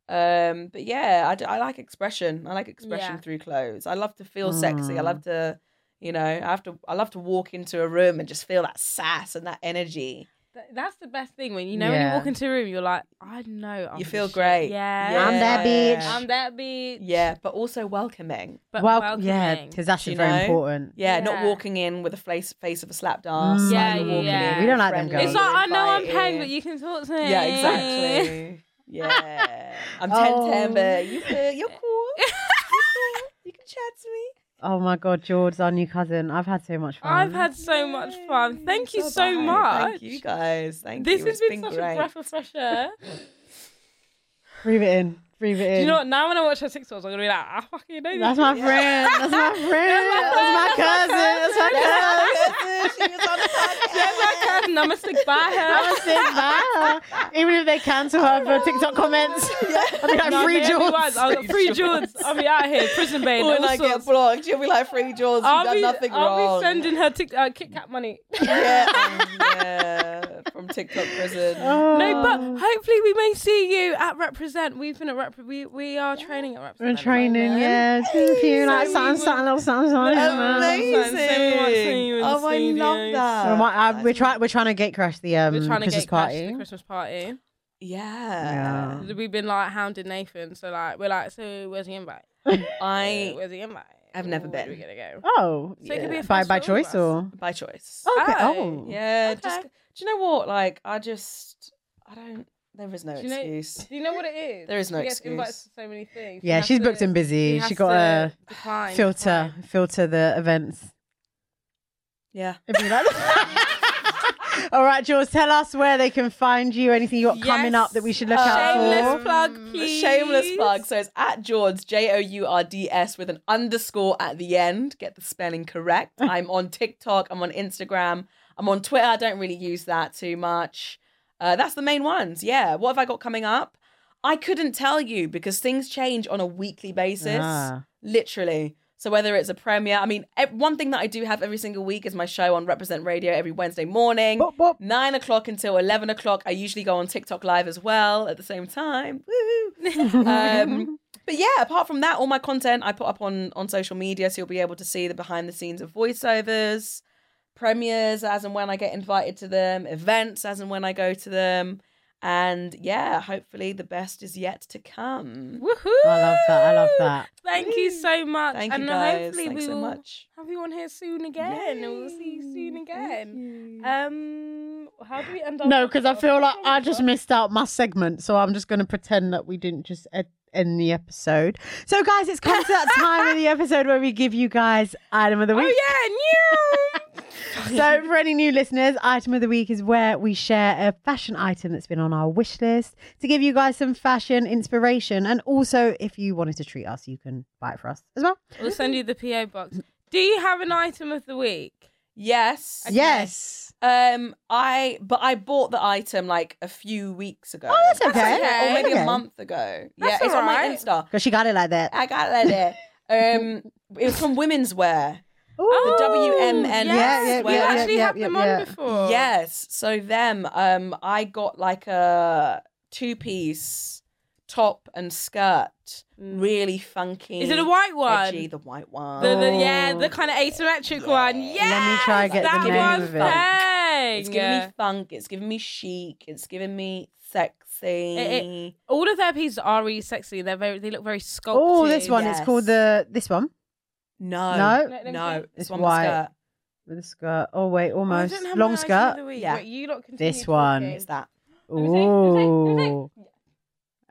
[SPEAKER 4] Um, but yeah, I, d- I like expression. I like expression
[SPEAKER 2] Yeah. Hmm.
[SPEAKER 4] through clothes. I love to feel sexy. I
[SPEAKER 3] Mm.
[SPEAKER 4] love to, you know, I have to I love to walk into a room and just feel that sass and that energy.
[SPEAKER 2] Th- That's the best thing when you know when you
[SPEAKER 3] Yeah.
[SPEAKER 2] walk into a room, you're like, I know. I'm
[SPEAKER 4] You
[SPEAKER 2] the
[SPEAKER 4] feel
[SPEAKER 2] Oh, shit.
[SPEAKER 4] great.
[SPEAKER 2] Yeah.
[SPEAKER 3] I'm that bitch.
[SPEAKER 2] I'm that bitch.
[SPEAKER 4] Yeah, but also welcoming.
[SPEAKER 2] But
[SPEAKER 3] Wel-
[SPEAKER 2] welcoming.
[SPEAKER 3] yeah, because that's
[SPEAKER 4] you
[SPEAKER 3] very
[SPEAKER 4] know?
[SPEAKER 3] important.
[SPEAKER 4] Yeah, not
[SPEAKER 2] Yeah.
[SPEAKER 4] walking in with a face face of a slapped ass.
[SPEAKER 3] Mm.
[SPEAKER 4] like
[SPEAKER 2] Yeah,
[SPEAKER 4] you're walking
[SPEAKER 2] yeah.
[SPEAKER 4] in
[SPEAKER 2] We don't
[SPEAKER 3] like them
[SPEAKER 4] friendly,
[SPEAKER 2] It's like I know I'm
[SPEAKER 4] inviting.
[SPEAKER 2] paying, but you can talk to me.
[SPEAKER 4] Yeah, exactly.
[SPEAKER 2] <laughs>
[SPEAKER 4] yeah. I'm 10 10,
[SPEAKER 3] Oh.
[SPEAKER 4] but you, feel- you're cool. You're cool. You can chat to me.
[SPEAKER 3] Oh my God, George, our new cousin. I've had so much fun.
[SPEAKER 2] I've had so much fun. Thank you
[SPEAKER 4] Bye-bye.
[SPEAKER 2] so much.
[SPEAKER 4] Oh, Thank you guys. Thank
[SPEAKER 2] This
[SPEAKER 4] you.
[SPEAKER 2] has
[SPEAKER 4] It's
[SPEAKER 2] been, such
[SPEAKER 4] great.
[SPEAKER 2] a
[SPEAKER 4] <laughs>
[SPEAKER 2] breath of fresh air.
[SPEAKER 3] Breathe it in. Breathe it in.
[SPEAKER 2] Do you know what? Now when I watch her TikToks, I'm gonna be like, I fucking know.
[SPEAKER 3] That's
[SPEAKER 2] these
[SPEAKER 3] my friend. That's my friend. That's my cousin. That's my
[SPEAKER 2] <laughs>
[SPEAKER 3] cousin.
[SPEAKER 4] she was on the podcast.
[SPEAKER 2] people." And I'm gonna stick by
[SPEAKER 3] I <laughs>
[SPEAKER 2] her.
[SPEAKER 3] would say bye. Even if they cancel her for TikTok
[SPEAKER 2] <laughs>
[SPEAKER 3] comments, I'd be like,
[SPEAKER 2] Nah,
[SPEAKER 3] free
[SPEAKER 2] baby,
[SPEAKER 3] George. <laughs>
[SPEAKER 2] wise, I've got free Jords. I'll be out here, prison bait.
[SPEAKER 4] When
[SPEAKER 2] all
[SPEAKER 4] I get
[SPEAKER 2] sorts.
[SPEAKER 4] blocked, you'll be like, free Jaws, you've
[SPEAKER 2] I'll
[SPEAKER 4] done
[SPEAKER 2] be,
[SPEAKER 4] nothing
[SPEAKER 2] I'll
[SPEAKER 4] wrong.
[SPEAKER 2] be sending her tic- uh, Kit Kat money. <laughs>
[SPEAKER 4] yeah, um, yeah, from TikTok
[SPEAKER 3] <laughs>
[SPEAKER 4] prison.
[SPEAKER 3] Oh,
[SPEAKER 2] No, but hopefully we may see you at Represent. We've been at Rep. We, we are training at Represent.
[SPEAKER 3] We're
[SPEAKER 2] at the
[SPEAKER 3] training,
[SPEAKER 2] moment.
[SPEAKER 3] yeah. It's been a few, like,
[SPEAKER 2] so
[SPEAKER 3] something,
[SPEAKER 2] we-
[SPEAKER 3] something, little something, something. man.
[SPEAKER 2] Amazing. you in
[SPEAKER 4] Oh, I love
[SPEAKER 2] studios.
[SPEAKER 3] So
[SPEAKER 4] that.
[SPEAKER 3] my- I- we're, try, we're trying to gate crash the um,
[SPEAKER 2] We're trying to
[SPEAKER 3] Christmas
[SPEAKER 2] get Crash to
[SPEAKER 3] party.
[SPEAKER 2] the Christmas party.
[SPEAKER 4] Yeah.
[SPEAKER 3] Yeah.
[SPEAKER 2] We've been like hounding Nathan, so like we're like, so where's the invite?
[SPEAKER 4] I
[SPEAKER 2] where's the invite?
[SPEAKER 4] I've never
[SPEAKER 2] Where are
[SPEAKER 4] been.
[SPEAKER 2] we gonna go?
[SPEAKER 3] Oh,
[SPEAKER 2] So it could be a
[SPEAKER 3] by,
[SPEAKER 2] first
[SPEAKER 3] by
[SPEAKER 2] for all of
[SPEAKER 3] choice
[SPEAKER 2] us.
[SPEAKER 3] or?
[SPEAKER 4] by choice.
[SPEAKER 3] Oh, okay.
[SPEAKER 2] Oh,
[SPEAKER 3] oh.
[SPEAKER 4] Yeah, just
[SPEAKER 2] Okay.
[SPEAKER 4] do you know what? Like, I just I don't. There is no
[SPEAKER 2] Do you know-
[SPEAKER 4] excuse.
[SPEAKER 2] Do you know what it is?
[SPEAKER 4] There is no
[SPEAKER 2] She gets
[SPEAKER 4] excuse.
[SPEAKER 2] invites to so many things.
[SPEAKER 3] Yeah,
[SPEAKER 2] She
[SPEAKER 3] she's
[SPEAKER 2] has
[SPEAKER 3] booked
[SPEAKER 2] to-
[SPEAKER 3] and busy. She
[SPEAKER 2] has
[SPEAKER 3] got
[SPEAKER 2] to
[SPEAKER 3] a
[SPEAKER 2] decline,
[SPEAKER 3] filter,
[SPEAKER 2] decline.
[SPEAKER 3] filter the
[SPEAKER 2] <laughs>
[SPEAKER 3] events.
[SPEAKER 4] Yeah.
[SPEAKER 3] It'd be like- <laughs> All right, Jules, tell us where they can find you. Anything you got coming up that we should look
[SPEAKER 2] Yes.
[SPEAKER 3] out for?
[SPEAKER 2] Shameless
[SPEAKER 4] for.
[SPEAKER 2] plug, please.
[SPEAKER 4] Mm. Shameless plug. So it's at Jords, J O U R D S, with an underscore at the end. Get the
[SPEAKER 3] <laughs>
[SPEAKER 4] spelling correct. I'm on TikTok. I'm on Instagram. I'm on Twitter. I don't really use that too much. Uh, that's the main ones. Yeah. What have I got coming up? I couldn't tell you because things change on a weekly basis.
[SPEAKER 3] Ah.
[SPEAKER 4] literally. So whether it's a premiere, I mean, ev- one thing that I do have every single week is my show on Represent Radio every Wednesday morning,
[SPEAKER 3] Boop, boop.
[SPEAKER 4] nine o'clock until eleven o'clock. I usually go on TikTok Live as well at the same
[SPEAKER 2] <laughs>
[SPEAKER 4] time. Woo! um, but yeah, apart from that, all my content I put up on on social media, so you'll be able to see the behind the scenes of voiceovers, premieres as and when I get invited to them, events as and when I go to them, and yeah, hopefully the best is yet to come.
[SPEAKER 2] Woohoo!
[SPEAKER 3] <laughs> I love that. I love that.
[SPEAKER 2] Thank you so much.
[SPEAKER 4] Thank
[SPEAKER 2] and
[SPEAKER 4] you guys.
[SPEAKER 2] hopefully
[SPEAKER 4] Thanks
[SPEAKER 2] we
[SPEAKER 4] so
[SPEAKER 2] will
[SPEAKER 4] much.
[SPEAKER 2] have you on here soon again. And we'll see you soon again. Um how do we end up?
[SPEAKER 3] No, because I feel like I just missed out my segment, so I'm just going to pretend that we didn't just ed- end the episode. So, guys, it's come to that time of the episode where we give you guys item of the week.
[SPEAKER 2] Oh yeah, new <laughs>
[SPEAKER 3] So, for any new listeners, Item of the Week is where we share a fashion item that's been on our wish list to give you guys some fashion inspiration. And also, if you wanted to treat us, you can buy it for us as well.
[SPEAKER 2] We'll send you the PO box. Do you have an item of the week?
[SPEAKER 4] Yes.
[SPEAKER 2] Okay.
[SPEAKER 3] Yes.
[SPEAKER 4] Um, I but I bought the item like a few weeks ago.
[SPEAKER 3] Oh, that's okay.
[SPEAKER 2] okay.
[SPEAKER 4] Or maybe
[SPEAKER 3] Okay.
[SPEAKER 4] a month ago. yeah,
[SPEAKER 2] That's
[SPEAKER 4] it's on my
[SPEAKER 2] alright.
[SPEAKER 4] Insta.
[SPEAKER 3] Because she got it like that.
[SPEAKER 4] I got that there.
[SPEAKER 2] <laughs>
[SPEAKER 4] Um, it was from women's wear.
[SPEAKER 3] Ooh.
[SPEAKER 4] WMN.
[SPEAKER 3] Yeah, yeah,
[SPEAKER 2] yes, we
[SPEAKER 4] yeah, yeah,
[SPEAKER 2] actually
[SPEAKER 3] yeah,
[SPEAKER 2] had
[SPEAKER 3] yeah,
[SPEAKER 2] them
[SPEAKER 3] yeah.
[SPEAKER 2] on before.
[SPEAKER 4] Yes. So them, um, I got like a two-piece top and skirt, really funky.
[SPEAKER 2] Mm. Is it a white one?
[SPEAKER 4] edgy, the white one.
[SPEAKER 2] The, the,
[SPEAKER 3] Oh.
[SPEAKER 2] yeah, the kind of asymmetric one. Yes,
[SPEAKER 3] try get the
[SPEAKER 2] that
[SPEAKER 4] name
[SPEAKER 2] one
[SPEAKER 4] of it.
[SPEAKER 2] Thing.
[SPEAKER 4] it's giving me funk. It's giving me chic. It's giving me sexy.
[SPEAKER 2] it- All of their pieces are really sexy. They're very, they look very sculpted.
[SPEAKER 3] Oh, this one is called the this one
[SPEAKER 4] no,
[SPEAKER 3] No?
[SPEAKER 2] Let them
[SPEAKER 4] no.
[SPEAKER 2] see.
[SPEAKER 4] It's
[SPEAKER 3] It's
[SPEAKER 4] one
[SPEAKER 3] white.
[SPEAKER 4] skirt.
[SPEAKER 3] with the skirt. Oh wait,
[SPEAKER 2] Oh, I
[SPEAKER 3] almost
[SPEAKER 2] don't have
[SPEAKER 3] long
[SPEAKER 2] my eyes the
[SPEAKER 3] skirt.
[SPEAKER 2] other week.
[SPEAKER 4] Yeah.
[SPEAKER 2] Wait, you lot continue
[SPEAKER 3] This one.
[SPEAKER 2] talking.
[SPEAKER 4] It's that.
[SPEAKER 2] Let me see, let me see, let me see.
[SPEAKER 3] Ooh.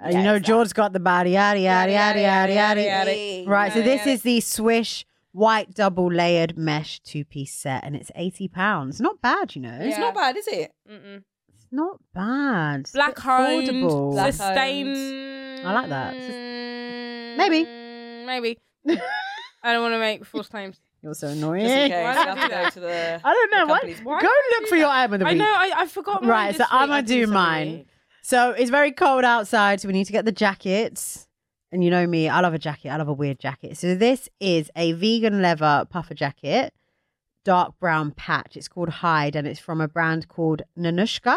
[SPEAKER 3] Uh, you
[SPEAKER 4] Yeah,
[SPEAKER 3] know,
[SPEAKER 4] it's that.
[SPEAKER 3] George's got the body, yaddy, yaddy, yaddy, yaddy, yaddy.
[SPEAKER 2] Got it.
[SPEAKER 4] Yay.
[SPEAKER 3] Right, so
[SPEAKER 2] Yaddy,
[SPEAKER 3] this
[SPEAKER 2] yaddy.
[SPEAKER 3] is the Swish white double layered mesh two piece set, and it's eighty pounds. Not bad, you know.
[SPEAKER 4] It's
[SPEAKER 2] Yeah.
[SPEAKER 4] not bad, is it?
[SPEAKER 2] Mm-mm.
[SPEAKER 3] It's not bad. It's
[SPEAKER 2] Black
[SPEAKER 3] affordable.
[SPEAKER 2] owned,
[SPEAKER 4] Black
[SPEAKER 2] sustain.
[SPEAKER 3] I like that. Sus-
[SPEAKER 2] Maybe. Mm, Maybe. I don't want to make false claims.
[SPEAKER 3] <laughs> You're so
[SPEAKER 4] Just in
[SPEAKER 3] annoying.
[SPEAKER 4] case.
[SPEAKER 2] Why did
[SPEAKER 4] I have
[SPEAKER 2] you
[SPEAKER 4] to
[SPEAKER 2] do
[SPEAKER 4] go
[SPEAKER 3] <laughs>
[SPEAKER 2] that?
[SPEAKER 4] to the.
[SPEAKER 3] I don't know.
[SPEAKER 4] The
[SPEAKER 3] What?
[SPEAKER 4] company's-
[SPEAKER 2] Why
[SPEAKER 3] Go
[SPEAKER 2] did you
[SPEAKER 3] look
[SPEAKER 2] do
[SPEAKER 3] for your item of the
[SPEAKER 2] I
[SPEAKER 3] week.
[SPEAKER 2] know. I, I forgot. Mine
[SPEAKER 3] Right,
[SPEAKER 2] this
[SPEAKER 3] so
[SPEAKER 2] week.
[SPEAKER 3] I'm
[SPEAKER 2] I
[SPEAKER 3] gonna do
[SPEAKER 2] did
[SPEAKER 3] mine.
[SPEAKER 2] something.
[SPEAKER 3] So it's very cold outside, so we need to get the jackets. And you know me, I love a jacket. I love a weird jacket. So this is a vegan leather puffer jacket, dark brown patch. It's called Hide, and it's from a brand called Nanushka.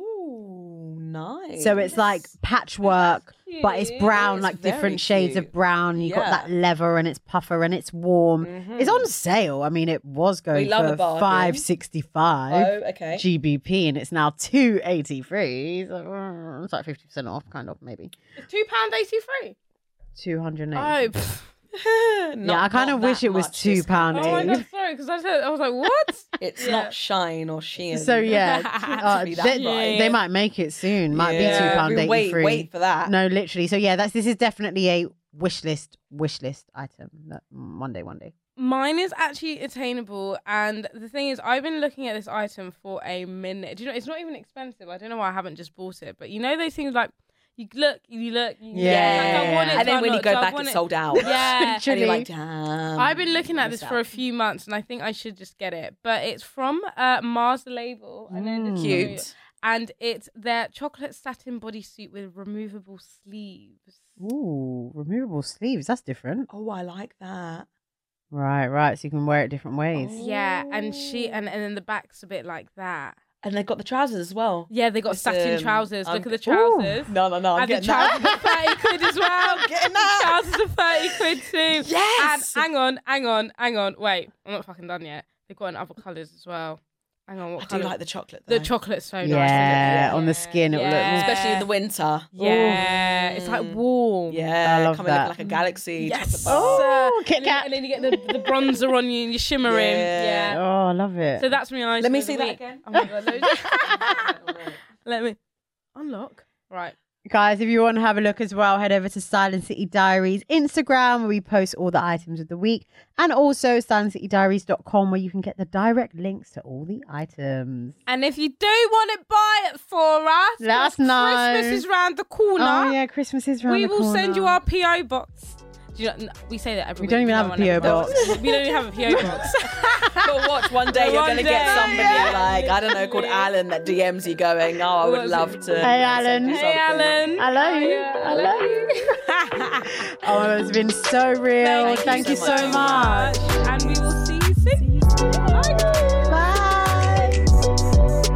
[SPEAKER 4] Oh, nice.
[SPEAKER 3] So it's like patchwork,
[SPEAKER 2] That's
[SPEAKER 3] but it's
[SPEAKER 2] cute.
[SPEAKER 3] brown,
[SPEAKER 4] It's
[SPEAKER 3] like
[SPEAKER 4] very
[SPEAKER 3] different shades
[SPEAKER 4] cute.
[SPEAKER 3] of brown. You
[SPEAKER 4] Yeah.
[SPEAKER 3] got that leather, and it's puffer, and it's warm.
[SPEAKER 4] Mhm.
[SPEAKER 3] It's on sale. I mean, it was going
[SPEAKER 4] love a
[SPEAKER 3] for
[SPEAKER 4] bargain.
[SPEAKER 3] five sixty five.
[SPEAKER 4] Oh, okay. <laughs>
[SPEAKER 3] GBP and it's now 283. So, uh, it's like 50% off, kind of, maybe.
[SPEAKER 2] It's two pound eighty three.
[SPEAKER 3] 280. <laughs>
[SPEAKER 2] Oh, pff.
[SPEAKER 3] yeah, I kind of wish it was
[SPEAKER 2] oh
[SPEAKER 3] £2.
[SPEAKER 2] my
[SPEAKER 3] eh?
[SPEAKER 2] god, sorry, because I said I was like, what?
[SPEAKER 4] It's
[SPEAKER 2] Yeah.
[SPEAKER 4] not shine or sheen.
[SPEAKER 3] so, yeah,
[SPEAKER 4] <laughs>
[SPEAKER 2] Had
[SPEAKER 4] to
[SPEAKER 3] uh,
[SPEAKER 4] be
[SPEAKER 3] they,
[SPEAKER 4] that price.
[SPEAKER 3] they might make it soon. Might
[SPEAKER 4] Yeah,
[SPEAKER 3] be
[SPEAKER 4] we- Wait,
[SPEAKER 3] £2.83.
[SPEAKER 4] wait for that.
[SPEAKER 3] No, literally. So, yeah, that's this is definitely a wish list, wish list item. That, mm, one day, one day.
[SPEAKER 2] Mine is actually attainable, and the thing is, I've been looking at this item for a minute. Do you know it's not even expensive? I don't know why I haven't just bought it, but you know those things like you look, you look, you
[SPEAKER 3] Yeah.
[SPEAKER 2] Like, I want it,
[SPEAKER 4] And
[SPEAKER 2] do I
[SPEAKER 4] then when you
[SPEAKER 2] not?
[SPEAKER 4] go
[SPEAKER 2] Do I
[SPEAKER 4] back,
[SPEAKER 2] want it?
[SPEAKER 4] it's sold <laughs> out.
[SPEAKER 2] Yeah,
[SPEAKER 4] And you're
[SPEAKER 3] Literally.
[SPEAKER 4] like, damn.
[SPEAKER 2] I've been looking at this
[SPEAKER 4] missed
[SPEAKER 2] for a
[SPEAKER 4] out.
[SPEAKER 2] few months, and I think I should just get it. But it's from uh, Mars the label, and then the
[SPEAKER 3] Mm.
[SPEAKER 2] two-
[SPEAKER 4] Cute.
[SPEAKER 2] and it's their chocolate satin bodysuit with removable sleeves.
[SPEAKER 3] Ooh, removable sleeves. That's different.
[SPEAKER 4] Oh, I like that.
[SPEAKER 3] Right, right. So you can wear it different ways.
[SPEAKER 4] Oh.
[SPEAKER 2] Yeah, and she
[SPEAKER 4] Ooh.
[SPEAKER 2] and and then the back's a bit like that.
[SPEAKER 4] And they've got the trousers as well.
[SPEAKER 2] Yeah, they got
[SPEAKER 4] It's,
[SPEAKER 2] satin
[SPEAKER 4] um,
[SPEAKER 2] trousers. Look
[SPEAKER 4] un-
[SPEAKER 2] at the
[SPEAKER 3] Ooh.
[SPEAKER 2] trousers.
[SPEAKER 4] No, no, no. I'm
[SPEAKER 2] and the
[SPEAKER 4] getting
[SPEAKER 2] trousers
[SPEAKER 4] that.
[SPEAKER 2] are thirty
[SPEAKER 4] <laughs>
[SPEAKER 2] quid as well.
[SPEAKER 4] I'm getting
[SPEAKER 2] The
[SPEAKER 4] that.
[SPEAKER 2] trousers are thirty quid too.
[SPEAKER 4] Yes.
[SPEAKER 2] And hang on, hang on, hang on. Wait, I'm not fucking done yet. They've got in other colours as well. Hang on, what
[SPEAKER 4] I do
[SPEAKER 2] colour?
[SPEAKER 4] like the chocolate. Though.
[SPEAKER 2] the chocolate's so nice. isn't it?
[SPEAKER 3] Yeah, on the skin, it will look-
[SPEAKER 4] Especially in the winter.
[SPEAKER 2] Yeah, it's like warm.
[SPEAKER 4] Yeah,
[SPEAKER 3] I love
[SPEAKER 4] coming up
[SPEAKER 3] that.
[SPEAKER 4] like a galaxy.
[SPEAKER 2] Yes.
[SPEAKER 4] chocolate bar.
[SPEAKER 3] Oh,
[SPEAKER 2] sir.
[SPEAKER 3] Kit
[SPEAKER 2] and, then,
[SPEAKER 3] Kat.
[SPEAKER 2] and then you get the, the bronzer on you and you're shimmering.
[SPEAKER 4] Yeah.
[SPEAKER 2] Yeah.
[SPEAKER 3] Oh, I love it.
[SPEAKER 2] So that's my eyes.
[SPEAKER 4] Let me
[SPEAKER 2] for the
[SPEAKER 4] see that
[SPEAKER 2] week.
[SPEAKER 4] again.
[SPEAKER 2] Oh my God, let
[SPEAKER 4] <laughs>
[SPEAKER 2] me- Let me unlock. Right.
[SPEAKER 3] Guys, if you want to have a look as well, head over to Silent City Diaries Instagram where we post all the items of the week and also silentcitydiaries.com where you can get the direct links to all the items.
[SPEAKER 2] And if you do want it, buy it for us. 'cause
[SPEAKER 3] That's nice.
[SPEAKER 2] Christmas is round the corner.
[SPEAKER 3] Oh yeah, Christmas is round
[SPEAKER 2] we
[SPEAKER 3] the
[SPEAKER 2] will send you
[SPEAKER 3] corner.
[SPEAKER 2] our PO box. Do you know, we say that every
[SPEAKER 3] We
[SPEAKER 2] week,
[SPEAKER 3] don't even
[SPEAKER 2] no
[SPEAKER 3] have a
[SPEAKER 2] one
[SPEAKER 3] PO
[SPEAKER 2] ever does.
[SPEAKER 3] box.
[SPEAKER 2] <laughs> we don't even have a PO <laughs> box.
[SPEAKER 4] But watch, one day you're
[SPEAKER 2] One
[SPEAKER 4] going to get
[SPEAKER 2] day.
[SPEAKER 4] somebody
[SPEAKER 2] Yeah.
[SPEAKER 4] like, I don't know, called Alan that DMs you going, oh, I would
[SPEAKER 2] What's
[SPEAKER 4] love
[SPEAKER 2] it?
[SPEAKER 4] to.
[SPEAKER 3] Hey,
[SPEAKER 4] send
[SPEAKER 3] Alan.
[SPEAKER 4] you
[SPEAKER 2] hey, Alan.
[SPEAKER 4] something."
[SPEAKER 3] I love
[SPEAKER 2] Oh,
[SPEAKER 3] you.
[SPEAKER 2] yeah,
[SPEAKER 3] I love
[SPEAKER 2] <laughs> you.
[SPEAKER 3] Oh, my God, it's been so real.
[SPEAKER 2] Thank,
[SPEAKER 3] Thank,
[SPEAKER 4] you
[SPEAKER 3] you
[SPEAKER 4] so
[SPEAKER 3] so much.
[SPEAKER 2] And we will see you soon. Bye. guys.
[SPEAKER 3] Bye.